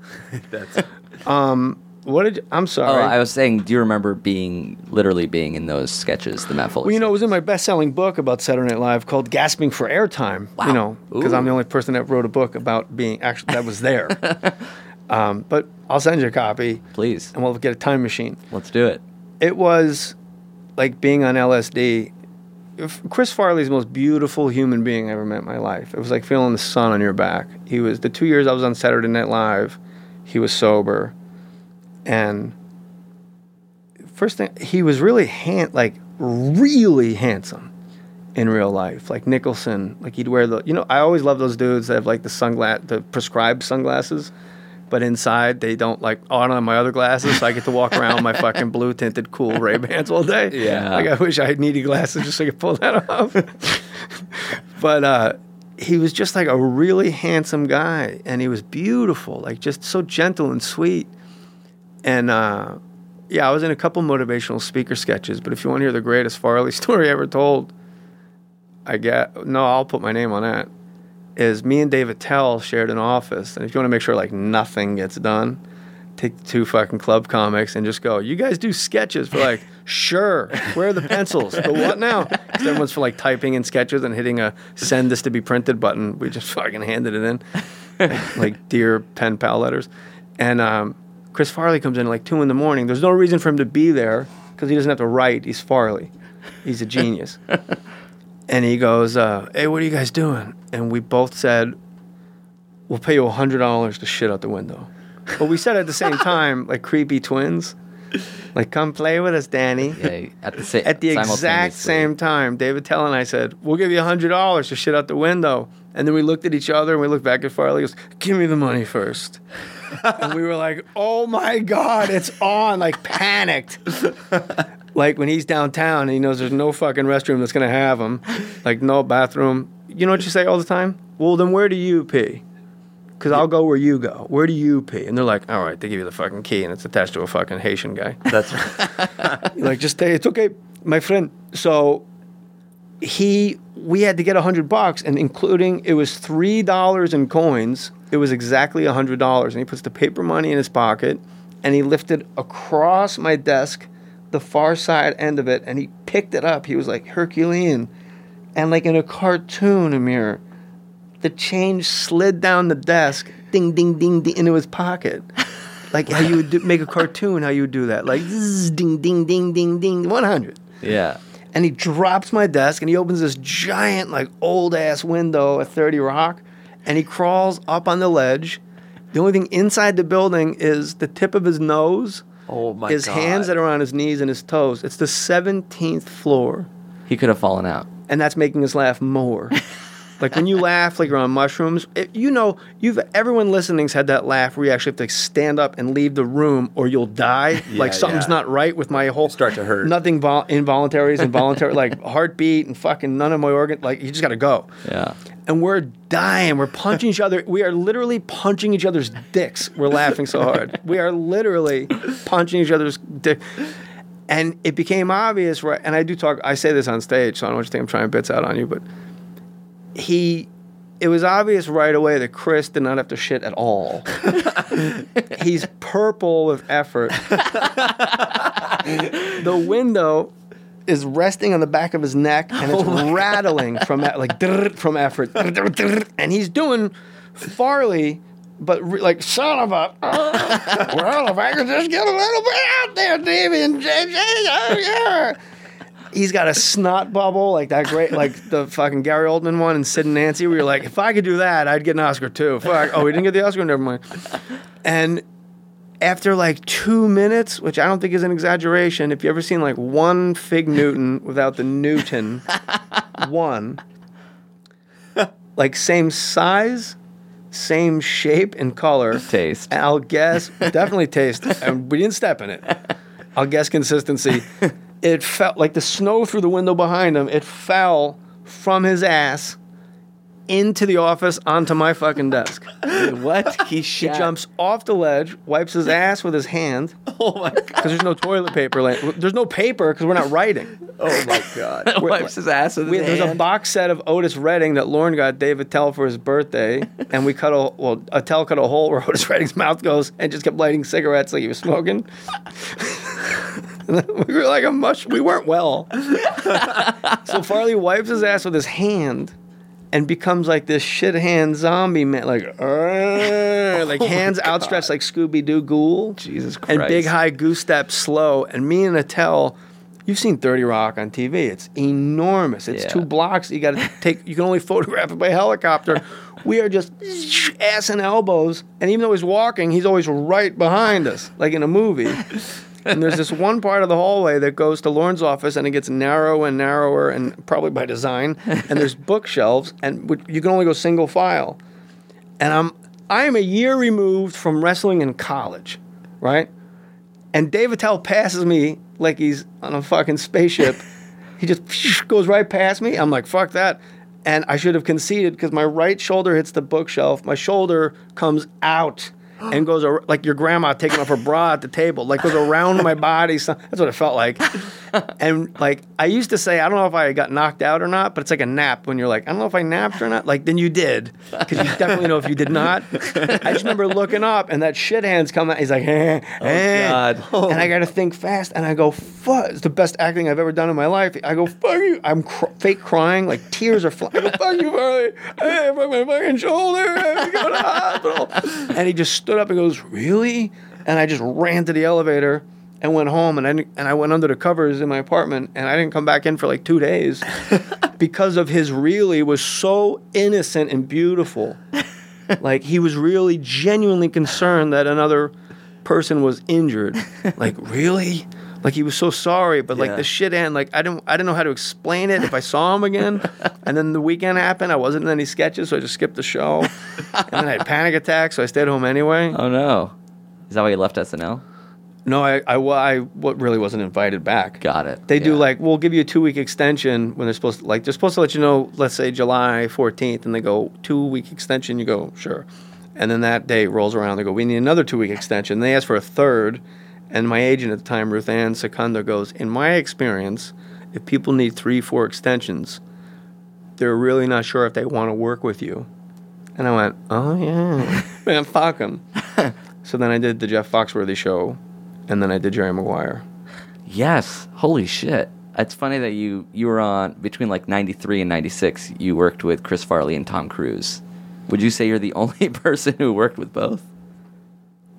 [SPEAKER 4] Um,
[SPEAKER 5] That's
[SPEAKER 4] What did you, I'm
[SPEAKER 3] Oh,
[SPEAKER 4] sorry.
[SPEAKER 3] I was saying, do you remember being literally being in those sketches, the Matt Foley?
[SPEAKER 4] well, you know, it
[SPEAKER 3] sketches?
[SPEAKER 4] was in my best-selling book about Saturday Night Live called "Gasping for Airtime." You know, because I'm the only person that wrote a book about being actually that was there. um, but I'll send you a copy,
[SPEAKER 3] please,
[SPEAKER 4] and we'll get a time machine.
[SPEAKER 3] let's do it.
[SPEAKER 4] it was like being on LSD. If- Chris Farley's the most beautiful human being I ever met in my life. It was like feeling the sun on your back. He was the two years I was on Saturday Night Live, he was sober, and first thing he was really hand like really handsome in real life. Like Nicholson, like he'd wear the you know I always love those dudes that have like the sunglass the prescribed sunglasses but inside they don't like oh, I don't have my other glasses, so I get to walk around with my fucking blue tinted cool Ray Bans all day.
[SPEAKER 3] Yeah.
[SPEAKER 4] like I wish I had needy glasses just so I could pull that off. but uh, he was just like a really handsome guy, and he was beautiful, like just so gentle and sweet. And uh, yeah, I was in a couple motivational speaker sketches, but if you want to hear the greatest Farley story ever told, I get no, I'll put my name on that is me and David Tell shared an office. And if you want to make sure like nothing gets done, take the two fucking club comics and just go, you guys do sketches for like, sure, where are the pencils? But what now? 'Cause everyone's for like typing in sketches and hitting a send this to be printed button. We just fucking handed it in like dear pen pal letters. And um, Chris Farley comes in at like two in the morning. There's no reason for him to be there because he doesn't have to write. He's Farley. He's a genius. and he goes, uh, "Hey, what are you guys doing?" And we both said, "We'll pay you hundred dollars to shit out the window." But we said at the same time, like creepy twins, like "Come play with us, Danny."
[SPEAKER 3] Yeah, at the, sa-
[SPEAKER 4] At the
[SPEAKER 3] simultaneously.
[SPEAKER 4] exact same time, David Tell and I said, "We'll give you hundred dollars to shit out the window." And then we looked at each other and we looked back at Farley. He goes, "Give me the money first. and we were like, "Oh my god, it's on!" Like panicked. like when he's downtown and he knows there's no fucking restroom that's gonna have him, like no bathroom. You know what you say all the time? Well, then where do you pee? Because I'll go where you go. Where do you pee? And they're like, all right, they give you the fucking key and it's attached to a fucking Haitian guy.
[SPEAKER 5] that's
[SPEAKER 4] like just say it's okay my friend so he we had to get a hundred bucks and including it was three dollars in coins it was exactly a hundred dollars and he puts the paper money in his pocket and he lifted across my desk the far side end of it and he picked it up he was like herculean and like in a cartoon amir the change slid down the desk ding ding ding ding into his pocket like how you would do, make a cartoon, how you would do that, like zzz, ding, ding, ding, ding, ding, one hundred.
[SPEAKER 3] Yeah,
[SPEAKER 4] And he drops my desk, and he opens this giant, like old ass window at Thirty Rock, and he crawls up on the ledge. The only thing inside the building is the tip of his nose,
[SPEAKER 5] oh my
[SPEAKER 4] his
[SPEAKER 5] god.
[SPEAKER 4] hands that are on his knees and his toes. It's the seventeenth floor
[SPEAKER 3] he could have fallen out.
[SPEAKER 4] and that's making us laugh more. like when you laugh like you're on mushrooms, it, you know, you've everyone listening's had that laugh where you actually have to stand up and leave the room or you'll die. like something's
[SPEAKER 5] yeah.
[SPEAKER 4] not right with my whole
[SPEAKER 5] Start to hurt.
[SPEAKER 4] Nothing vol- involuntary is involuntary, like heartbeat and fucking none of my organ. Like you just got to go
[SPEAKER 3] Yeah,
[SPEAKER 4] and we're dying. We're punching each other. We are literally punching each other's dicks. We're laughing so hard. We are literally punching each other's dick. And it became obvious, right? And I do talk, I say this on stage, so I don't want you to think I'm trying bits out on you, but he, it was obvious right away that Chris did not have to shit at all. He's purple with effort. the window is resting on the back of his neck and it's rattling from that like drrrt from effort Drrrt, drrrt, drrrt. and he's doing farley but re- like son of a well if i could just get a little bit out there davey and jj oh yeah he's got a snot bubble like that great like the fucking gary oldman one and sid and nancy where you're like if i could do that i'd get an oscar too fuck oh we didn't get the oscar never mind and after like two minutes, which I don't think is an exaggeration, if you ever seen like one Fig Newton without the Newton, one, like same size, same shape and color,
[SPEAKER 3] Taste.
[SPEAKER 4] And I'll guess definitely taste, and we didn't step in it. I'll guess consistency. It felt like the snow through the window behind him. It fell from his ass into the office onto my fucking desk.
[SPEAKER 3] What? He
[SPEAKER 4] He
[SPEAKER 3] shot.
[SPEAKER 4] jumps off the ledge, wipes his ass with his hand. Oh my god! Because there's no toilet paper. Like, there's no paper because we're not writing.
[SPEAKER 5] Oh my god.
[SPEAKER 3] wipes his ass with
[SPEAKER 4] We,
[SPEAKER 3] his
[SPEAKER 4] there's a
[SPEAKER 3] hand.
[SPEAKER 4] box set of Otis Redding that Lauren got David Tell for his birthday, and we cut a well, Attell cut a hole where Otis Redding's mouth goes, and just kept lighting cigarettes like he was smoking. we were like a mush. We weren't well. so Farley wipes his ass with his hand. And becomes like this shit hand zombie man, like "Arr," like hands outstretched like Scooby Doo ghoul.
[SPEAKER 3] Jesus Christ.
[SPEAKER 4] And big high goose step slow. And me and Attell, you've seen 30 Rock on TV. It's enormous. It's
[SPEAKER 3] Yeah.
[SPEAKER 4] two blocks. You got to take, you can only photograph it by helicopter. we are just ass and elbows. And even though he's walking, he's always right behind us, like in a movie. And there's this one part of the hallway that goes to Lauren's office, and it gets narrower and narrower, and probably by design. And there's bookshelves, and which- you can only go single file and I'm I am a year removed from wrestling in college, right? And Dave Attell passes me like he's on a fucking spaceship. he just goes right past me. I'm like, fuck that. And I should have conceded because my right shoulder hits the bookshelf. My shoulder comes out and goes ar- like your grandma taking off her bra at the table, like goes around my body. So- That's what it felt like. And like I used to say, I don't know if I got knocked out or not, but it's like a nap when you're like, I don't know if I napped or not. Like then you did because you definitely know if you did not. I just remember looking up and that shit hand's come out. He's like, eh, eh.
[SPEAKER 3] God.
[SPEAKER 4] and I got to think fast. And I go, fuck, it's the best acting I've ever done in my life. I go, fuck you. I'm cr- fake crying, like tears are flying. I go, fuck you, Farley. Hey, fuck my fucking shoulder. I have to go to the hospital. And he just stood up and goes, really? And I just ran to the elevator and went home and I didn't- and I went under the covers in my apartment and I didn't come back in for like two days because of his really was so innocent and beautiful. Like he was really genuinely concerned that another person was injured. Like really? Like he was so sorry, but like
[SPEAKER 3] Yeah.
[SPEAKER 4] the shit end. Like I didn't I didn't know how to explain it if I saw him again. and then the weekend happened. I wasn't in any sketches, so I just skipped the show. and then I had panic attacks, so I stayed home anyway.
[SPEAKER 3] Oh no. Is that why you left SNL?
[SPEAKER 4] No, I, I, wa- I what really wasn't invited back.
[SPEAKER 3] Got it.
[SPEAKER 4] They do
[SPEAKER 3] Yeah.
[SPEAKER 4] like we'll give you a two week extension when they're supposed to like they're supposed to let you know let's say July 14th and they go two week extension you go sure and then that day rolls around they go we need another two week extension they ask for a third and my agent at the time Ruth Ann Secunda goes in my experience if people need three four extensions they're really not sure if they want to work with you and I went oh yeah man fuck 'em. so then I did the Jeff Foxworthy show and then I did Jerry Maguire.
[SPEAKER 3] Yes. Holy shit. It's funny that you you were on between like 93 and 96, you worked with Chris Farley and Tom Cruise. Would you say you're the only person who worked with both?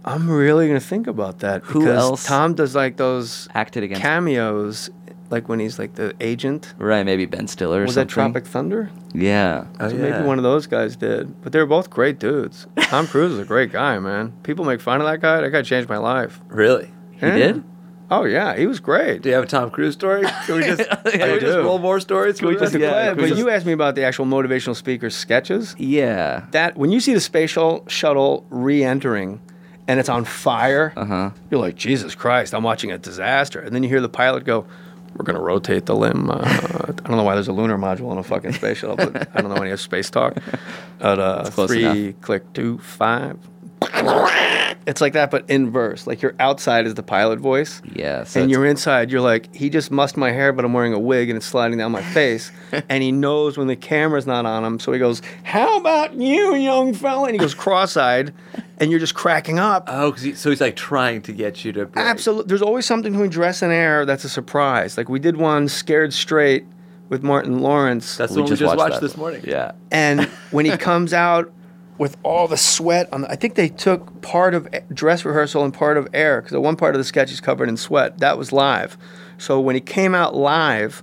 [SPEAKER 4] I'm really gonna think about that.
[SPEAKER 3] Who
[SPEAKER 4] because
[SPEAKER 3] else?
[SPEAKER 4] Tom does like those
[SPEAKER 3] Acted against
[SPEAKER 4] cameos, like when he's like the agent.
[SPEAKER 3] Right, maybe Ben Stiller or
[SPEAKER 4] Was
[SPEAKER 3] something.
[SPEAKER 4] that Tropic Thunder?
[SPEAKER 3] Oh, Yeah.
[SPEAKER 5] Oh,
[SPEAKER 4] So Maybe one of those guys did. But they were both great dudes. Tom Cruise is a great guy, man. People make fun of that guy. That guy changed my life.
[SPEAKER 5] Really?
[SPEAKER 3] He did?
[SPEAKER 4] Oh yeah, he was great.
[SPEAKER 5] Do you have a Tom Cruise story? Can we just, can we just
[SPEAKER 4] do.
[SPEAKER 5] roll more stories? Can
[SPEAKER 4] We just
[SPEAKER 3] Yeah,
[SPEAKER 4] declared-
[SPEAKER 3] we
[SPEAKER 4] but
[SPEAKER 3] just-
[SPEAKER 4] you asked me about the actual motivational speaker sketches.
[SPEAKER 3] Yeah.
[SPEAKER 4] That when you see the spatial shuttle re-entering and it's on fire, you're like, Jesus Christ, I'm watching a disaster. And then you hear the pilot go, We're going to rotate the limb. Uh, I don't know why there's a lunar module in a fucking space shuttle, but I don't know any of space talk. At uh,
[SPEAKER 3] close
[SPEAKER 4] three, click two, five. It's like that, but inverse. Like your outside is the pilot voice.
[SPEAKER 3] Yeah, so it's-
[SPEAKER 4] and your inside, you're like, he just mussed my hair, but I'm wearing a wig and it's sliding down my face. and he knows when the camera's not on him. So he goes, How about you, young fella? And he goes cross eyed. And you're just cracking up.
[SPEAKER 5] Oh, 'cause he, so he's like trying to get you to. break.
[SPEAKER 4] Absolutely. There's always something between dress and air that's a surprise. Like we did one scared straight with Martin Lawrence,
[SPEAKER 5] That's the one we just watched this morning.
[SPEAKER 3] Yeah.
[SPEAKER 4] and when he comes out with all the sweat on, the, I think they took part of a- dress rehearsal and part of air because the one part of the sketch is covered in sweat. That was live. So when he came out live.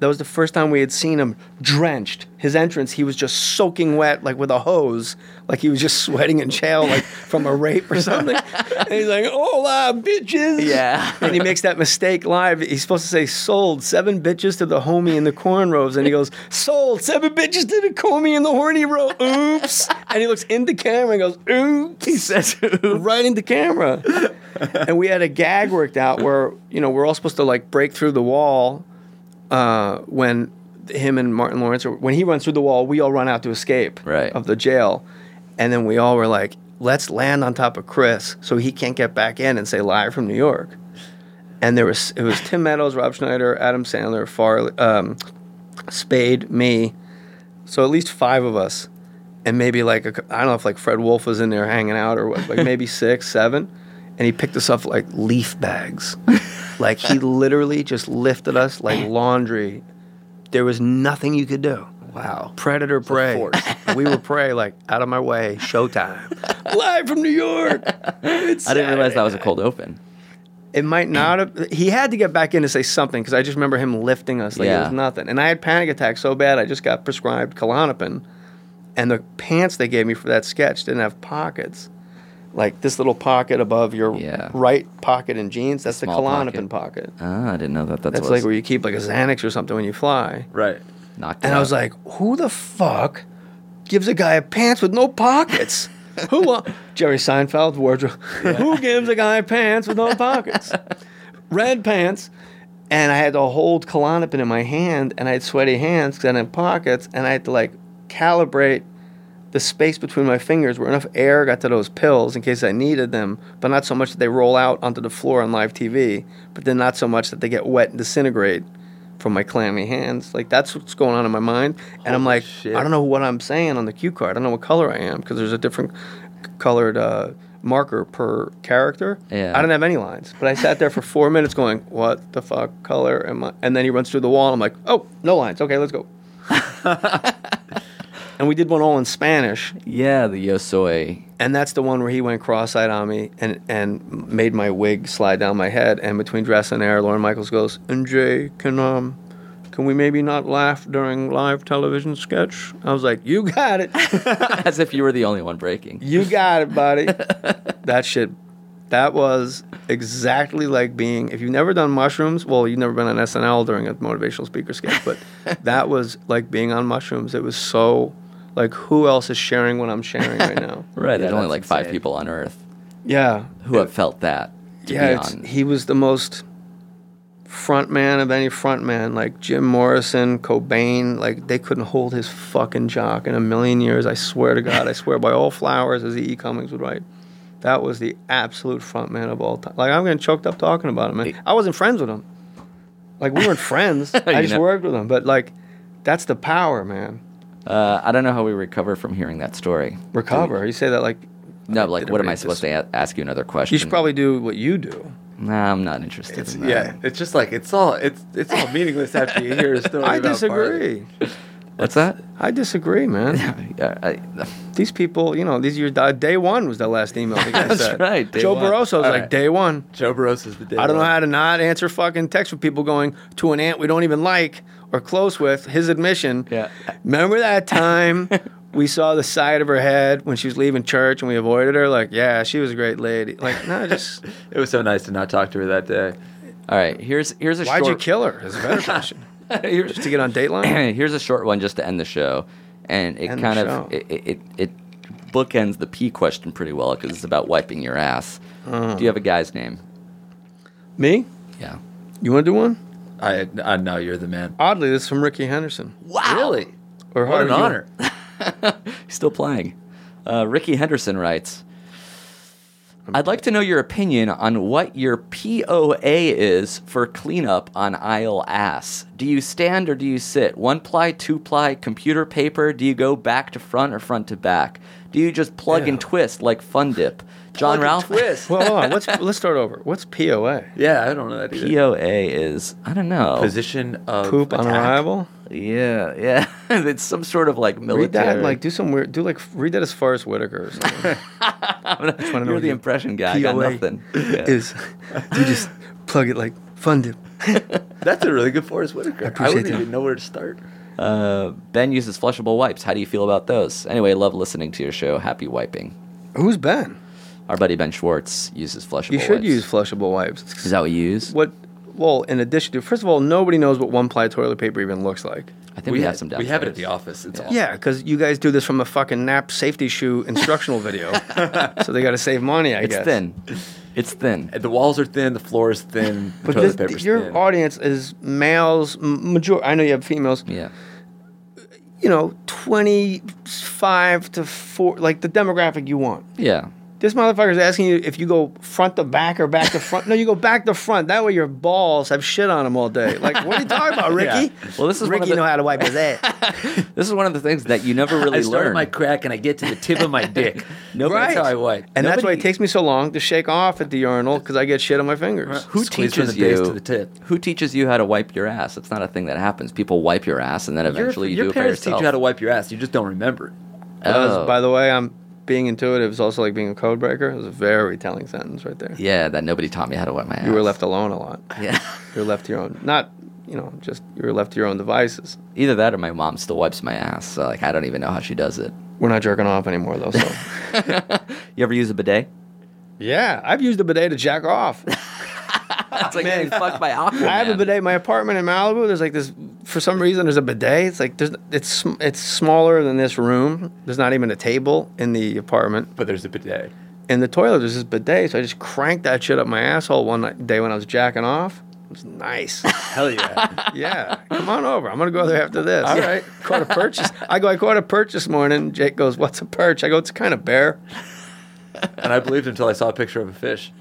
[SPEAKER 4] That was the first time we had seen him drenched. His entrance, he was just soaking wet, like with a hose, like he was just sweating in jail, like from a rape or something. and he's like, "Hola, bitches!"
[SPEAKER 3] Yeah.
[SPEAKER 4] and he makes that mistake live. He's supposed to say sold seven bitches to the homie in the cornrows, and he goes sold seven bitches to the homie in the horny row. Oops! And he looks in the camera and goes oops. He says right into camera. and we had a gag worked out where you know we're all supposed to like break through the wall uh, when him and Martin Lawrence, or when he runs through the wall, we all run out to escape
[SPEAKER 3] Right.
[SPEAKER 4] of the jail, and then we all were like, "Let's land on top of Chris so he can't get back in and say live from New York." And there was it was Tim Meadows, Rob Schneider, Adam Sandler, Farley, um, Spade, me, so at least five of us, and maybe like I I don't know if like Fred Wolf was in there hanging out or what, like maybe six, seven, and he picked us up like leaf bags, like he literally just lifted us like laundry. There was nothing you could do. Wow, predator prey. we were prey. Like out of my way, showtime, live from New York. It's
[SPEAKER 3] I didn't realize
[SPEAKER 4] Saturday.
[SPEAKER 3] that was a cold open.
[SPEAKER 4] It might not have. He had to get back in to say something because I just remember him lifting us like it
[SPEAKER 3] Yeah.
[SPEAKER 4] was nothing. And I had panic attacks so bad I just got prescribed Klonopin, and the pants they gave me for that sketch didn't have pockets. Like this little pocket above your
[SPEAKER 3] Yeah.
[SPEAKER 4] right pocket in jeans, that's the
[SPEAKER 3] small
[SPEAKER 4] Klonopin pocket.
[SPEAKER 3] Ah, I didn't know that. That's,
[SPEAKER 4] That's
[SPEAKER 3] what
[SPEAKER 4] like
[SPEAKER 3] like
[SPEAKER 4] where you keep like a Xanax or something when you fly.
[SPEAKER 5] Right.
[SPEAKER 3] knocked.
[SPEAKER 4] And
[SPEAKER 3] out.
[SPEAKER 4] I was like, who the fuck gives a guy pants with no pockets? who wa- Jerry Seinfeld wardrobe? who gives a guy pants with no pockets? Red pants. And I had to hold Klonopin in my hand, and I had sweaty hands because I didn't have pockets, and I had to like calibrate the space between my fingers where enough air got to those pills in case I needed them, but not so much that they roll out onto the floor on live TV, but then not so much that they get wet and disintegrate from my clammy hands. Like that's what's going on in my mind, and I'm like, I don't know what I'm saying on the cue card. I don't know what color I am because there's a different c- colored uh, marker per character.
[SPEAKER 3] Yeah.
[SPEAKER 4] I don't have any lines, but I sat there for four minutes going, "What the fuck color am I?" And then he runs through the wall, and I'm like, "Oh, no lines. Okay, let's go." and we did one all in Spanish.
[SPEAKER 3] yeah, the yo soy.
[SPEAKER 4] And that's the one where he went cross-eyed on me and, and made my wig slide down my head. And between dress and air, Lauren Michaels goes, "And Jay, can um, can we maybe not laugh during live television sketch?" I was like, "You got it,
[SPEAKER 3] As if you were the only one breaking.
[SPEAKER 4] you got it, buddy." that shit, that was exactly like being. If you've never done mushrooms, well, you've never been on SNL during a motivational speaker sketch, but that was like being on mushrooms. It was so like, who else is sharing what I'm sharing right now?
[SPEAKER 3] Right. There's
[SPEAKER 5] Yeah,
[SPEAKER 3] only
[SPEAKER 5] that's
[SPEAKER 3] like five
[SPEAKER 5] insane.
[SPEAKER 3] people on Earth
[SPEAKER 4] yeah,
[SPEAKER 3] who have felt that. To
[SPEAKER 4] yeah,
[SPEAKER 3] be
[SPEAKER 4] it's-
[SPEAKER 3] on.
[SPEAKER 4] he was the most front man of any front man. Like Jim Morrison, Cobain, like they couldn't hold his fucking jock in a million years. I swear to God, I swear by all flowers, as E. E. Cummings would write. That was the absolute front man of all time. Like I'm getting choked up talking about him, man. I wasn't friends with him. Like we weren't friends. I just
[SPEAKER 3] know.
[SPEAKER 4] worked with him. But like, that's the power, man.
[SPEAKER 3] Uh, I don't know how we recover from hearing that story.
[SPEAKER 4] Recover. You say that like
[SPEAKER 3] No, like,
[SPEAKER 4] did
[SPEAKER 3] what am
[SPEAKER 4] read
[SPEAKER 3] I supposed
[SPEAKER 4] this.
[SPEAKER 3] to a- ask you another question?
[SPEAKER 4] you should probably do what you do.
[SPEAKER 3] Nah, I'm not interested in that.
[SPEAKER 5] Yeah. It's just like it's all it's it's all meaningless after you hear a story.
[SPEAKER 4] I
[SPEAKER 5] about Farley.
[SPEAKER 4] disagree.
[SPEAKER 3] What's that?
[SPEAKER 4] I disagree, man.
[SPEAKER 3] Yeah, I,
[SPEAKER 4] these people, you know, these your uh, day one was the last email. The guy
[SPEAKER 3] That's
[SPEAKER 4] said.
[SPEAKER 3] right, day
[SPEAKER 4] Joe
[SPEAKER 3] one.
[SPEAKER 4] Barroso was
[SPEAKER 5] All
[SPEAKER 4] like
[SPEAKER 5] right.
[SPEAKER 4] day one.
[SPEAKER 5] Joe Barrosa's the day.
[SPEAKER 4] I don't know
[SPEAKER 5] one.
[SPEAKER 4] how to not answer fucking text with people going to an aunt we don't even like or close with. His admission.
[SPEAKER 3] Yeah.
[SPEAKER 4] Remember that time we saw the side of her head when she was leaving church and we avoided her? Like, yeah, she was a great lady. Like, no, just
[SPEAKER 5] It was so nice to not talk to her that day.
[SPEAKER 3] all right. Here's here's a
[SPEAKER 4] why'd you
[SPEAKER 3] short.
[SPEAKER 4] kill her? Is a better question.
[SPEAKER 3] here's,
[SPEAKER 4] to get on Dateline.
[SPEAKER 3] here's a short one just to end the show, and it
[SPEAKER 4] End the
[SPEAKER 3] kind
[SPEAKER 4] show.
[SPEAKER 3] of it, it it- it bookends the P question pretty well because it's about wiping your ass.
[SPEAKER 4] Uh.
[SPEAKER 3] Do you have a guy's name?
[SPEAKER 4] Me?
[SPEAKER 3] Yeah.
[SPEAKER 4] You want to do one?
[SPEAKER 5] I I know you're the man.
[SPEAKER 4] Oddly, this is from Ricky Henderson.
[SPEAKER 5] Wow. Really?
[SPEAKER 4] Or
[SPEAKER 5] What an
[SPEAKER 4] Harvey, you-
[SPEAKER 5] honor.
[SPEAKER 3] He's still playing. Uh, Ricky Henderson writes. I'd like to know your opinion on what your POA is for cleanup on aisle ass. Do you stand or do you sit? One ply, two ply, computer paper? Do you go back to front or front to back? Do you just plug and twist like Fun Dip? John Ralph.
[SPEAKER 5] Twist.
[SPEAKER 4] Well, hold on. Let's let's start over. What's POA?
[SPEAKER 5] yeah, I don't know that either.
[SPEAKER 3] POA is I don't know.
[SPEAKER 5] Position of
[SPEAKER 4] Poop on
[SPEAKER 5] attack.
[SPEAKER 4] arrival.
[SPEAKER 3] Yeah, yeah. it's some sort of like military.
[SPEAKER 4] Read that and like do some weird. Do like read that as Forrest Whitaker. Or something. Just wanna know
[SPEAKER 3] you're
[SPEAKER 4] what
[SPEAKER 3] the
[SPEAKER 4] your
[SPEAKER 3] impression guy. I got
[SPEAKER 4] POA
[SPEAKER 3] nothing. Yeah.
[SPEAKER 4] Is do you just plug it like fund it?
[SPEAKER 5] That's a really good Forrest Whitaker. I,
[SPEAKER 4] appreciate
[SPEAKER 5] wouldn't
[SPEAKER 4] that.
[SPEAKER 5] even know where to start.
[SPEAKER 3] Ben uses flushable wipes. How do you feel about those? Anyway, love listening to your show. Happy wiping.
[SPEAKER 4] Who's Ben?
[SPEAKER 3] Our buddy Ben Schwartz uses flushable.
[SPEAKER 4] You should
[SPEAKER 3] wipes.
[SPEAKER 4] use flushable wipes.
[SPEAKER 3] Is that what you use?
[SPEAKER 4] What? Well, in addition to first of all, nobody knows what one ply toilet paper even looks like.
[SPEAKER 3] I think we, have some down.
[SPEAKER 5] We have it at the office. It's awesome.
[SPEAKER 4] Yeah, because you guys do this from a fucking nap safety shoe instructional video, so they got to save money. I
[SPEAKER 3] It's
[SPEAKER 4] guess.
[SPEAKER 3] thin. It's thin.
[SPEAKER 5] The walls are thin. The floor is thin. The
[SPEAKER 4] But
[SPEAKER 5] toilet
[SPEAKER 4] this,
[SPEAKER 5] paper's
[SPEAKER 4] your
[SPEAKER 5] thin.
[SPEAKER 4] audience is males, m- major. I know you have females.
[SPEAKER 3] Yeah.
[SPEAKER 4] You know, twenty-five to four, like the demographic you want.
[SPEAKER 3] Yeah.
[SPEAKER 4] This motherfucker's asking you if you go front to back or back to front. No, you go back to front. That way your balls have shit on them all day. Like, what are you talking about, Ricky?
[SPEAKER 3] Well, this is one
[SPEAKER 4] Ricky
[SPEAKER 3] of the-
[SPEAKER 4] know how to wipe his ass.
[SPEAKER 3] This is one of the things that you never really
[SPEAKER 5] I start
[SPEAKER 3] learn.
[SPEAKER 5] my crack and I get to the tip of my dick. No,
[SPEAKER 4] Right.
[SPEAKER 5] that's how I wipe.
[SPEAKER 4] And that's why it
[SPEAKER 3] Nobody-
[SPEAKER 4] takes me so long to shake off at the urinal because I get shit on my fingers.
[SPEAKER 3] who
[SPEAKER 5] Squeeze from
[SPEAKER 3] teaches
[SPEAKER 5] the base
[SPEAKER 3] you
[SPEAKER 5] to the tip.
[SPEAKER 3] Who teaches you how to wipe your ass? It's not a thing that happens. People wipe your ass and then eventually you
[SPEAKER 5] your, your
[SPEAKER 3] do it by
[SPEAKER 5] parents
[SPEAKER 3] yourself.
[SPEAKER 5] teach you how to wipe your ass. You just don't remember it.
[SPEAKER 4] That
[SPEAKER 3] Oh.
[SPEAKER 4] was- by the way, I'm being intuitive is also like being a code breaker. It was a very telling sentence right there.
[SPEAKER 3] yeah, that nobody taught me how to wipe my ass.
[SPEAKER 4] You were left alone a lot.
[SPEAKER 3] Yeah.
[SPEAKER 4] You're left to your own, not you know, just you were left to your own devices.
[SPEAKER 3] Either that or my mom still wipes my ass. So like I don't even know how she does it.
[SPEAKER 4] We're not jerking off anymore though. So
[SPEAKER 3] You ever use a bidet?
[SPEAKER 4] yeah, I've used a bidet to jack off.
[SPEAKER 3] It's like getting fucked by Aquaman.
[SPEAKER 4] I have a bidet. in My apartment in Malibu. There's like this. For some reason, there's a bidet. It's like there's. It's sm- it's smaller than this room. There's not even a table in the apartment.
[SPEAKER 5] But there's a bidet.
[SPEAKER 4] In the toilet, there's this bidet. So I just cranked that shit up my asshole one night, day when I was jacking off. It was nice.
[SPEAKER 5] Hell yeah.
[SPEAKER 4] yeah, come on over. I'm gonna go there after this.
[SPEAKER 5] All right.
[SPEAKER 4] caught a perch. I go. I caught a perch this morning. Jake goes, "What's a perch?" I go, "It's kind of bear."
[SPEAKER 5] and I believed until I saw a picture of a fish.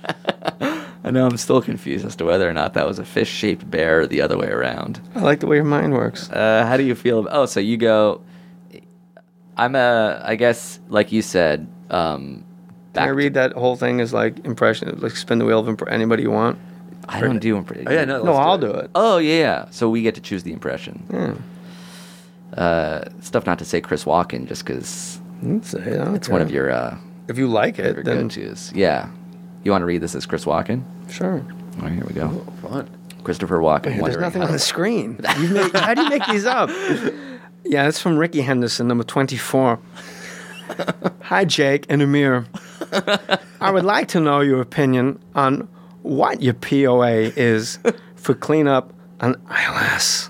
[SPEAKER 3] I know I'm still confused as to whether or not that was a fish shaped bear or the other way around.
[SPEAKER 4] I like the way your mind works.
[SPEAKER 3] Uh, how do you feel? ab- Oh, so you go. I'm a. I guess like you said. Um, back
[SPEAKER 4] Can I
[SPEAKER 3] to-
[SPEAKER 4] read that whole thing as like impression, like spin the wheel of imp- anybody you want.
[SPEAKER 3] I don't do impre-
[SPEAKER 5] Oh, yeah, no,
[SPEAKER 4] No,
[SPEAKER 5] let's
[SPEAKER 4] I'll do it.
[SPEAKER 3] Oh yeah, yeah. So we get to choose the impression. Uh, stuff not to say Chris Walken just because
[SPEAKER 4] It's,
[SPEAKER 3] it's one of your uh,
[SPEAKER 4] If you like it,
[SPEAKER 3] go
[SPEAKER 4] then
[SPEAKER 3] tos. Yeah. You want to read this as Chris Walken?
[SPEAKER 4] sure.
[SPEAKER 3] All right, here we go.
[SPEAKER 5] Fun.
[SPEAKER 3] Christopher Walken.
[SPEAKER 4] There's
[SPEAKER 3] wondering
[SPEAKER 4] nothing
[SPEAKER 3] how
[SPEAKER 4] on the
[SPEAKER 3] to-
[SPEAKER 4] screen. You make, how do you make these up? Yeah, it's from Ricky Henderson, number 24. Hi, Jake and Amir. I would like to know your opinion on what your POA is for cleanup on ILS.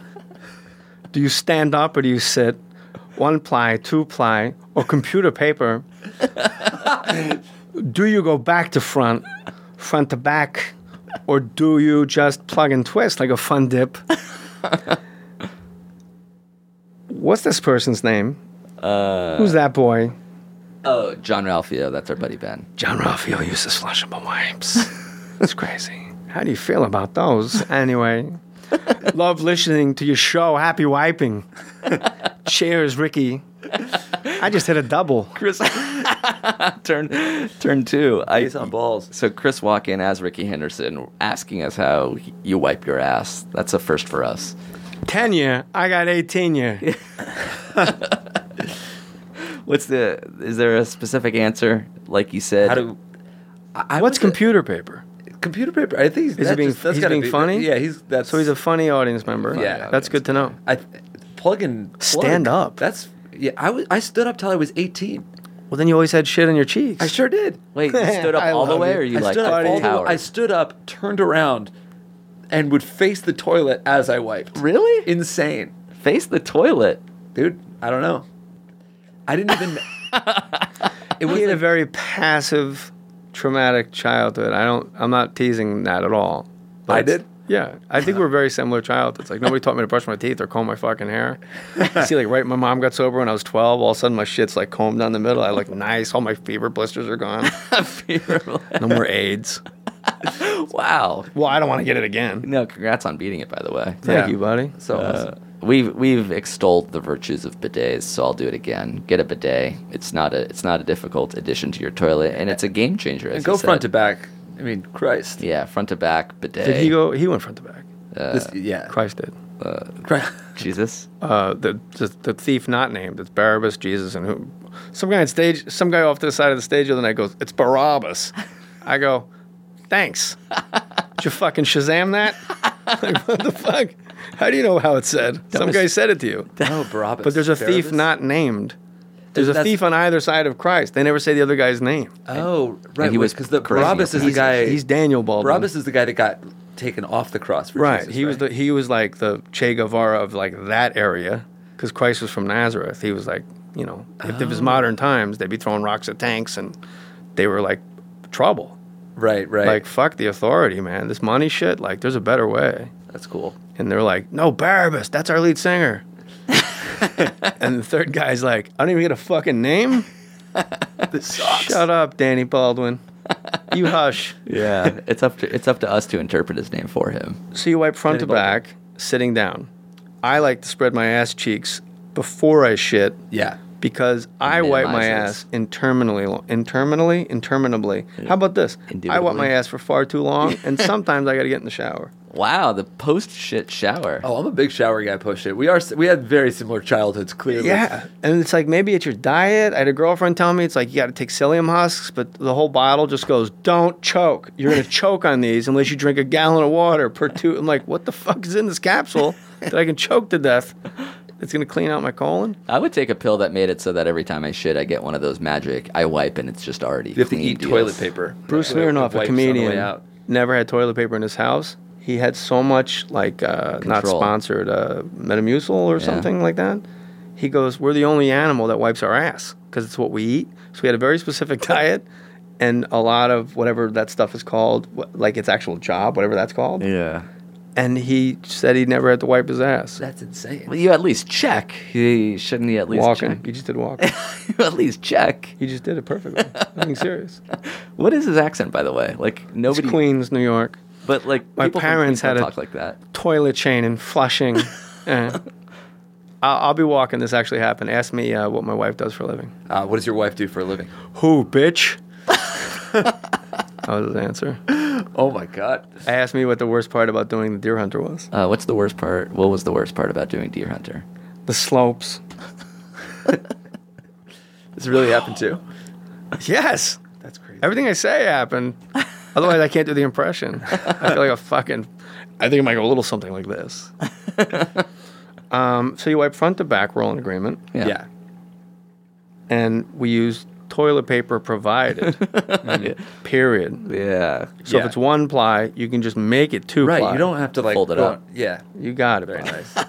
[SPEAKER 4] Do you stand up or do you sit? One ply, two ply, or computer paper? do you go back to front, front to back, or do you just plug and twist like a fun dip? What's this person's name? Who's that boy?
[SPEAKER 3] Oh, John Ralphio. That's our buddy Ben.
[SPEAKER 4] John Raphael uses flushable wipes. That's crazy. How do you feel about those? Anyway, love listening to your show. Happy wiping. Cheers, Ricky. I just hit a double.
[SPEAKER 3] Chris. turn, turn two. I,
[SPEAKER 5] He's on balls.
[SPEAKER 3] so Chris Walken as Ricky Henderson asking us how you wipe your ass. That's a first for us.
[SPEAKER 4] 10 year, I got 18 year.
[SPEAKER 3] What's the? Is there a specific answer? Like you said,
[SPEAKER 5] How do? I, I
[SPEAKER 4] What's
[SPEAKER 5] was a-
[SPEAKER 4] computer paper?
[SPEAKER 5] computer paper? I think is
[SPEAKER 4] he being-
[SPEAKER 5] that's
[SPEAKER 4] he's
[SPEAKER 5] gotta
[SPEAKER 4] being
[SPEAKER 5] be,
[SPEAKER 4] funny?
[SPEAKER 5] Yeah, he's that's
[SPEAKER 4] So he's a funny audience member.
[SPEAKER 5] Yeah.
[SPEAKER 4] That's good to know.
[SPEAKER 5] I th- plug and plug.
[SPEAKER 4] Stand up.
[SPEAKER 5] That's yeah. I was I stood up till I was eighteen.
[SPEAKER 4] Well, then you always had shit on your cheeks.
[SPEAKER 5] I sure did.
[SPEAKER 3] wait, you stood up
[SPEAKER 4] I
[SPEAKER 3] all the
[SPEAKER 4] love
[SPEAKER 3] way,
[SPEAKER 4] you.
[SPEAKER 3] or you
[SPEAKER 5] I
[SPEAKER 3] like
[SPEAKER 5] stood up
[SPEAKER 3] towered?
[SPEAKER 5] all the way- I stood up, turned around, and would face the toilet as I wiped.
[SPEAKER 3] Really?
[SPEAKER 5] Insane,
[SPEAKER 3] Face the toilet.
[SPEAKER 5] dude. I don't know. I didn't even. it was
[SPEAKER 4] he had a
[SPEAKER 5] like,
[SPEAKER 4] very passive, traumatic childhood. I don't. I'm not teasing that at all.
[SPEAKER 5] I did.
[SPEAKER 4] Yeah, I think we're very similar childhoods. Like nobody taught me to brush my teeth or comb my fucking hair. You see, like right, my mom got sober when I was 12. All of a sudden, my shit's like combed down the middle. I look nice. All my fever blisters are gone. No more AIDS.
[SPEAKER 3] wow.
[SPEAKER 4] Well, I don't want to get it again.
[SPEAKER 3] No, congrats on beating it, by the way.
[SPEAKER 4] Thank
[SPEAKER 5] Yeah.
[SPEAKER 4] you, buddy.
[SPEAKER 5] So
[SPEAKER 3] Uh, we've we've extolled the virtues of bidets, so I'll do it again. Get a bidet. It's not a it's not a difficult addition to your toilet, and it's a game changer. As
[SPEAKER 5] and go
[SPEAKER 3] you said.
[SPEAKER 5] front to back. I mean, Christ.
[SPEAKER 3] yeah, front to back bidet.
[SPEAKER 4] Did he go? He went front to back.
[SPEAKER 5] This- yeah.
[SPEAKER 4] Christ did.
[SPEAKER 5] Christ.
[SPEAKER 3] Jesus.
[SPEAKER 4] uh, the, the the thief not named. It's Barabbas, Jesus, and who? Some guy on stage, some guy off to the side of the stage the other night goes, "It's Barabbas." I go, "Thanks." Did you fucking Shazam that? like, what the fuck? How do you know how it said? some
[SPEAKER 3] was-
[SPEAKER 4] guy said it to you.
[SPEAKER 5] Oh, Barabbas.
[SPEAKER 4] But there's a thief
[SPEAKER 5] Barabbas?
[SPEAKER 4] not named. There's a
[SPEAKER 5] That's-
[SPEAKER 4] thief on either side of Christ. They never say the other guy's name.
[SPEAKER 5] Oh, right.
[SPEAKER 3] he was
[SPEAKER 5] because the
[SPEAKER 3] crazy.
[SPEAKER 5] Barabbas is the
[SPEAKER 3] He's-
[SPEAKER 5] guy.
[SPEAKER 4] He's Daniel Baldwin.
[SPEAKER 5] Barabbas is the guy that got taken off the cross. For
[SPEAKER 4] Right.
[SPEAKER 5] Jesus,
[SPEAKER 4] he was the he was like the Che Guevara of like that area because Christ was from Nazareth. He was like you know
[SPEAKER 5] Oh.
[SPEAKER 4] if it was modern times they'd be throwing rocks at tanks and they were like trouble.
[SPEAKER 5] Right, right.
[SPEAKER 4] Like, fuck the authority, man. This money shit, like, there's a better way.
[SPEAKER 5] That's cool.
[SPEAKER 4] And they're like, no, Barabbas, that's our lead singer. and the third guy's like, I don't even get a fucking name.
[SPEAKER 5] This sucks.
[SPEAKER 4] Shut up, Danny Baldwin. You hush.
[SPEAKER 3] Yeah, it's up to it's up to us to interpret his name for him.
[SPEAKER 4] So you wipe front to
[SPEAKER 5] Baldwin.
[SPEAKER 4] back, sitting down. I like to spread my ass cheeks before I shit
[SPEAKER 5] Yeah.
[SPEAKER 4] because I wipe my
[SPEAKER 3] Minimizes.
[SPEAKER 4] ass interminably, lo- interminably, interminably. How about this? I wipe my
[SPEAKER 3] Indubitably.
[SPEAKER 4] ass for far too long, and sometimes I got to get in the shower.
[SPEAKER 3] Wow, the post shit shower.
[SPEAKER 5] Oh, I'm a big shower guy. Push it. We are. s- We had very similar childhoods. Clearly.
[SPEAKER 4] Yeah, and it's like maybe it's your diet. I had a girlfriend tell me it's like you got to take psyllium husks, but the whole bottle just goes, "Don't choke. You're gonna choke on these unless you drink a gallon of water per two. I'm like, what the fuck is in this capsule that I can choke to death? It's gonna clean out my colon.
[SPEAKER 3] I would take a pill that made it so that every time I shit, I get one of those magic. I wipe and it's just already.
[SPEAKER 5] You have to
[SPEAKER 3] clean
[SPEAKER 5] eat
[SPEAKER 3] deals.
[SPEAKER 5] toilet paper.
[SPEAKER 4] Bruce
[SPEAKER 5] Yeah.
[SPEAKER 4] Smirnoff, a
[SPEAKER 5] Wipes on the way
[SPEAKER 4] comedian,
[SPEAKER 5] out.
[SPEAKER 4] never had toilet paper in his house. He had so much like uh, not
[SPEAKER 3] Control.
[SPEAKER 4] sponsored uh, Metamucil or something like that. He goes, "We're the only animal that wipes our ass because it's what we eat." So we had a very specific diet and a lot of whatever that stuff is called, wh- like its actual job, whatever that's called.
[SPEAKER 3] Yeah.
[SPEAKER 4] And he said he never had to wipe his ass
[SPEAKER 5] That's insane.
[SPEAKER 3] Well, you at least check. You shouldn't you at least
[SPEAKER 4] walking.
[SPEAKER 3] check?
[SPEAKER 4] He just did walking.
[SPEAKER 3] You at least check.
[SPEAKER 4] he just did it perfectly. I'm being serious.
[SPEAKER 3] What is his accent, by the way? Like
[SPEAKER 4] It's
[SPEAKER 3] nobody.
[SPEAKER 4] Queens, New York.
[SPEAKER 3] But like
[SPEAKER 4] My
[SPEAKER 3] people from
[SPEAKER 4] parents
[SPEAKER 3] Queens don't
[SPEAKER 4] had a-
[SPEAKER 3] talk like that.
[SPEAKER 4] toilet chain and flushing. Eh. I'll, I'll be walking. This actually happened. Ask me uh, what my wife does for a living.
[SPEAKER 5] Uh, what does your wife do for a living?
[SPEAKER 4] Who, bitch? that was his answer.
[SPEAKER 5] Oh my god.
[SPEAKER 4] I asked me what the worst part about doing the deer hunter was.
[SPEAKER 3] Uh, what's the worst part? What was the worst part about doing Deer Hunter?
[SPEAKER 4] The slopes.
[SPEAKER 5] This really happened too.
[SPEAKER 4] Yes.
[SPEAKER 5] That's crazy.
[SPEAKER 4] Everything I say happened. Otherwise, I can't do the impression. I feel like a fucking. I think I might go a little something like this. um, so you wipe front to back. We're all in agreement.
[SPEAKER 5] Yeah.
[SPEAKER 4] And we use toilet paper provided. Period.
[SPEAKER 3] Yeah.
[SPEAKER 4] So
[SPEAKER 5] Yeah.
[SPEAKER 4] if it's one ply, you can just make it two
[SPEAKER 5] Right.
[SPEAKER 4] ply.
[SPEAKER 5] You don't have to like
[SPEAKER 3] Fold it
[SPEAKER 5] go
[SPEAKER 3] up.
[SPEAKER 5] on- Yeah.
[SPEAKER 4] You got it.
[SPEAKER 5] Very
[SPEAKER 4] bud.
[SPEAKER 5] nice.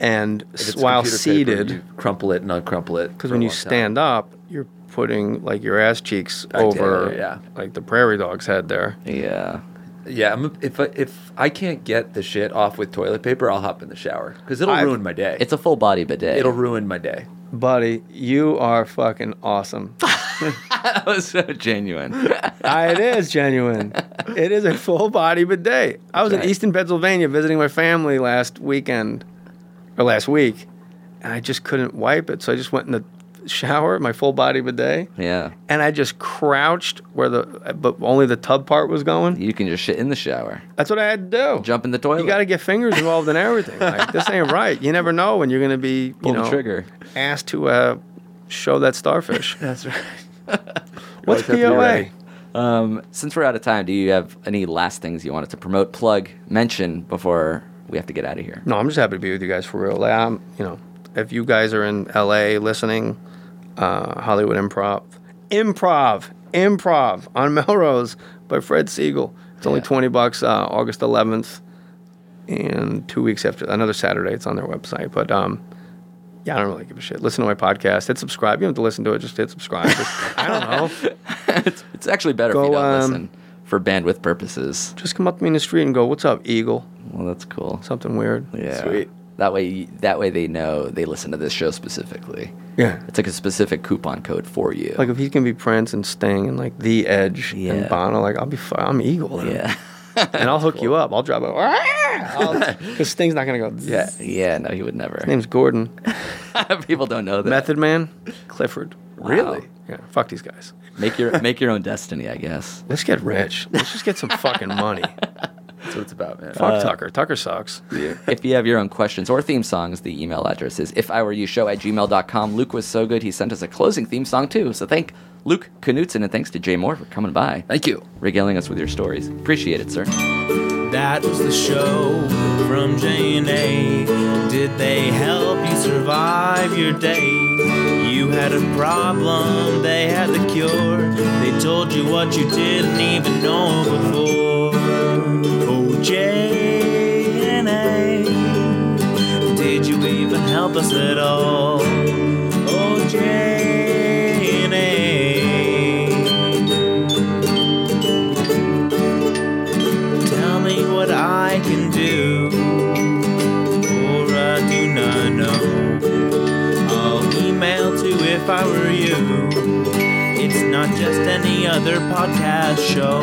[SPEAKER 4] And
[SPEAKER 5] If
[SPEAKER 4] s-
[SPEAKER 5] it's
[SPEAKER 4] while
[SPEAKER 5] computer paper,
[SPEAKER 4] seated,
[SPEAKER 5] you crumple it and uncrumple it.
[SPEAKER 4] because
[SPEAKER 5] for
[SPEAKER 4] when
[SPEAKER 5] a
[SPEAKER 4] you
[SPEAKER 5] long time.
[SPEAKER 4] stand up, you're putting like your ass cheeks
[SPEAKER 5] Back
[SPEAKER 4] over,
[SPEAKER 5] together, yeah.
[SPEAKER 4] like the prairie dog's head there.
[SPEAKER 3] Yeah.
[SPEAKER 5] Yeah, I'm, if I, if I can't get the shit off with toilet paper, I'll hop in the shower because it'll
[SPEAKER 4] I've-
[SPEAKER 5] ruin my day.
[SPEAKER 3] It's a full body bidet.
[SPEAKER 5] it'll ruin my day.
[SPEAKER 4] Buddy, you are fucking awesome.
[SPEAKER 3] that was so genuine.
[SPEAKER 4] Ah, it is genuine. It is a full body bidet. I was in Easton, Pennsylvania, visiting my family last weekend or last week, and I just couldn't wipe it, so I just went in the shower, my full body bidet.
[SPEAKER 3] yeah.
[SPEAKER 4] and I just crouched where the but only the tub part was going.
[SPEAKER 3] You can just shit in the shower.
[SPEAKER 4] That's what I had to do.
[SPEAKER 3] Jump in the toilet.
[SPEAKER 4] You got to get fingers involved in everything. Like this ain't right. You never know when you're gonna be you
[SPEAKER 3] Pull the
[SPEAKER 4] know
[SPEAKER 3] trigger.
[SPEAKER 4] asked to uh, show that starfish.
[SPEAKER 5] That's right.
[SPEAKER 4] What's
[SPEAKER 5] Always have to be
[SPEAKER 4] POA?
[SPEAKER 5] ready.
[SPEAKER 3] Um, since we're out of time, do you have any last things you wanted to promote, plug, mention before we have to get out of here?
[SPEAKER 4] No, I'm just happy to be with you guys for real. Like, I'm, you know, if you guys are in LA listening, uh, Hollywood Improv, Improv, Improv on Melrose by Fred Siegel. It's only
[SPEAKER 3] Yeah.
[SPEAKER 4] 20 bucks, uh, August 11th, and two weeks after another Saturday. It's on their website, but um. Yeah, I don't really give a shit. Listen to my podcast. Hit subscribe. You don't have to listen to it. Just hit subscribe. Just- I don't know.
[SPEAKER 3] it's, it's actually better if
[SPEAKER 4] Go,
[SPEAKER 3] you don't
[SPEAKER 4] um,
[SPEAKER 3] listen for bandwidth purposes.
[SPEAKER 4] Just come up to me in the street and go, "What's up, Eagle?"
[SPEAKER 3] Well, that's cool.
[SPEAKER 4] Something weird.
[SPEAKER 3] yeah.
[SPEAKER 5] Sweet.
[SPEAKER 3] That way, that way they know they listen to this show specifically.
[SPEAKER 4] Yeah.
[SPEAKER 3] It's like a specific coupon code for you.
[SPEAKER 4] Like if he can be Prince and Sting and like The Edge
[SPEAKER 3] Yeah.
[SPEAKER 4] and Bono, like I'll be fi- I'm Eagle. then.
[SPEAKER 3] yeah.
[SPEAKER 4] and I'll hook you up. I'll drop it because Sting's not gonna go.
[SPEAKER 5] Yeah.
[SPEAKER 3] Yeah. No, he would never.
[SPEAKER 4] name's Gordon.
[SPEAKER 3] People don't know that.
[SPEAKER 4] Method Man, Clifford.
[SPEAKER 5] Really?
[SPEAKER 4] Yeah, fuck these guys.
[SPEAKER 3] Make your make your own destiny, I guess.
[SPEAKER 4] Let's get rich. Let's just get some fucking money.
[SPEAKER 5] That's what it's about, man. Uh,
[SPEAKER 4] Fuck Tucker. Tucker sucks.
[SPEAKER 3] if you have your own questions or theme songs, the email address is if I were you show at gmail.com. Luke was so good, he sent us a closing theme song too. So thank Luke Knutson and thanks to Jay Moore for coming by,
[SPEAKER 5] Thank you.
[SPEAKER 3] regaling us with your stories. Appreciate it, sir.
[SPEAKER 2] That was the show from J and A. Did they help you survive your day? You had a problem, they had the cure. They told you what you didn't even know before. Oh, J and A, did you even help us at all? Oh, J and A. if I were you. It's not just any other podcast show.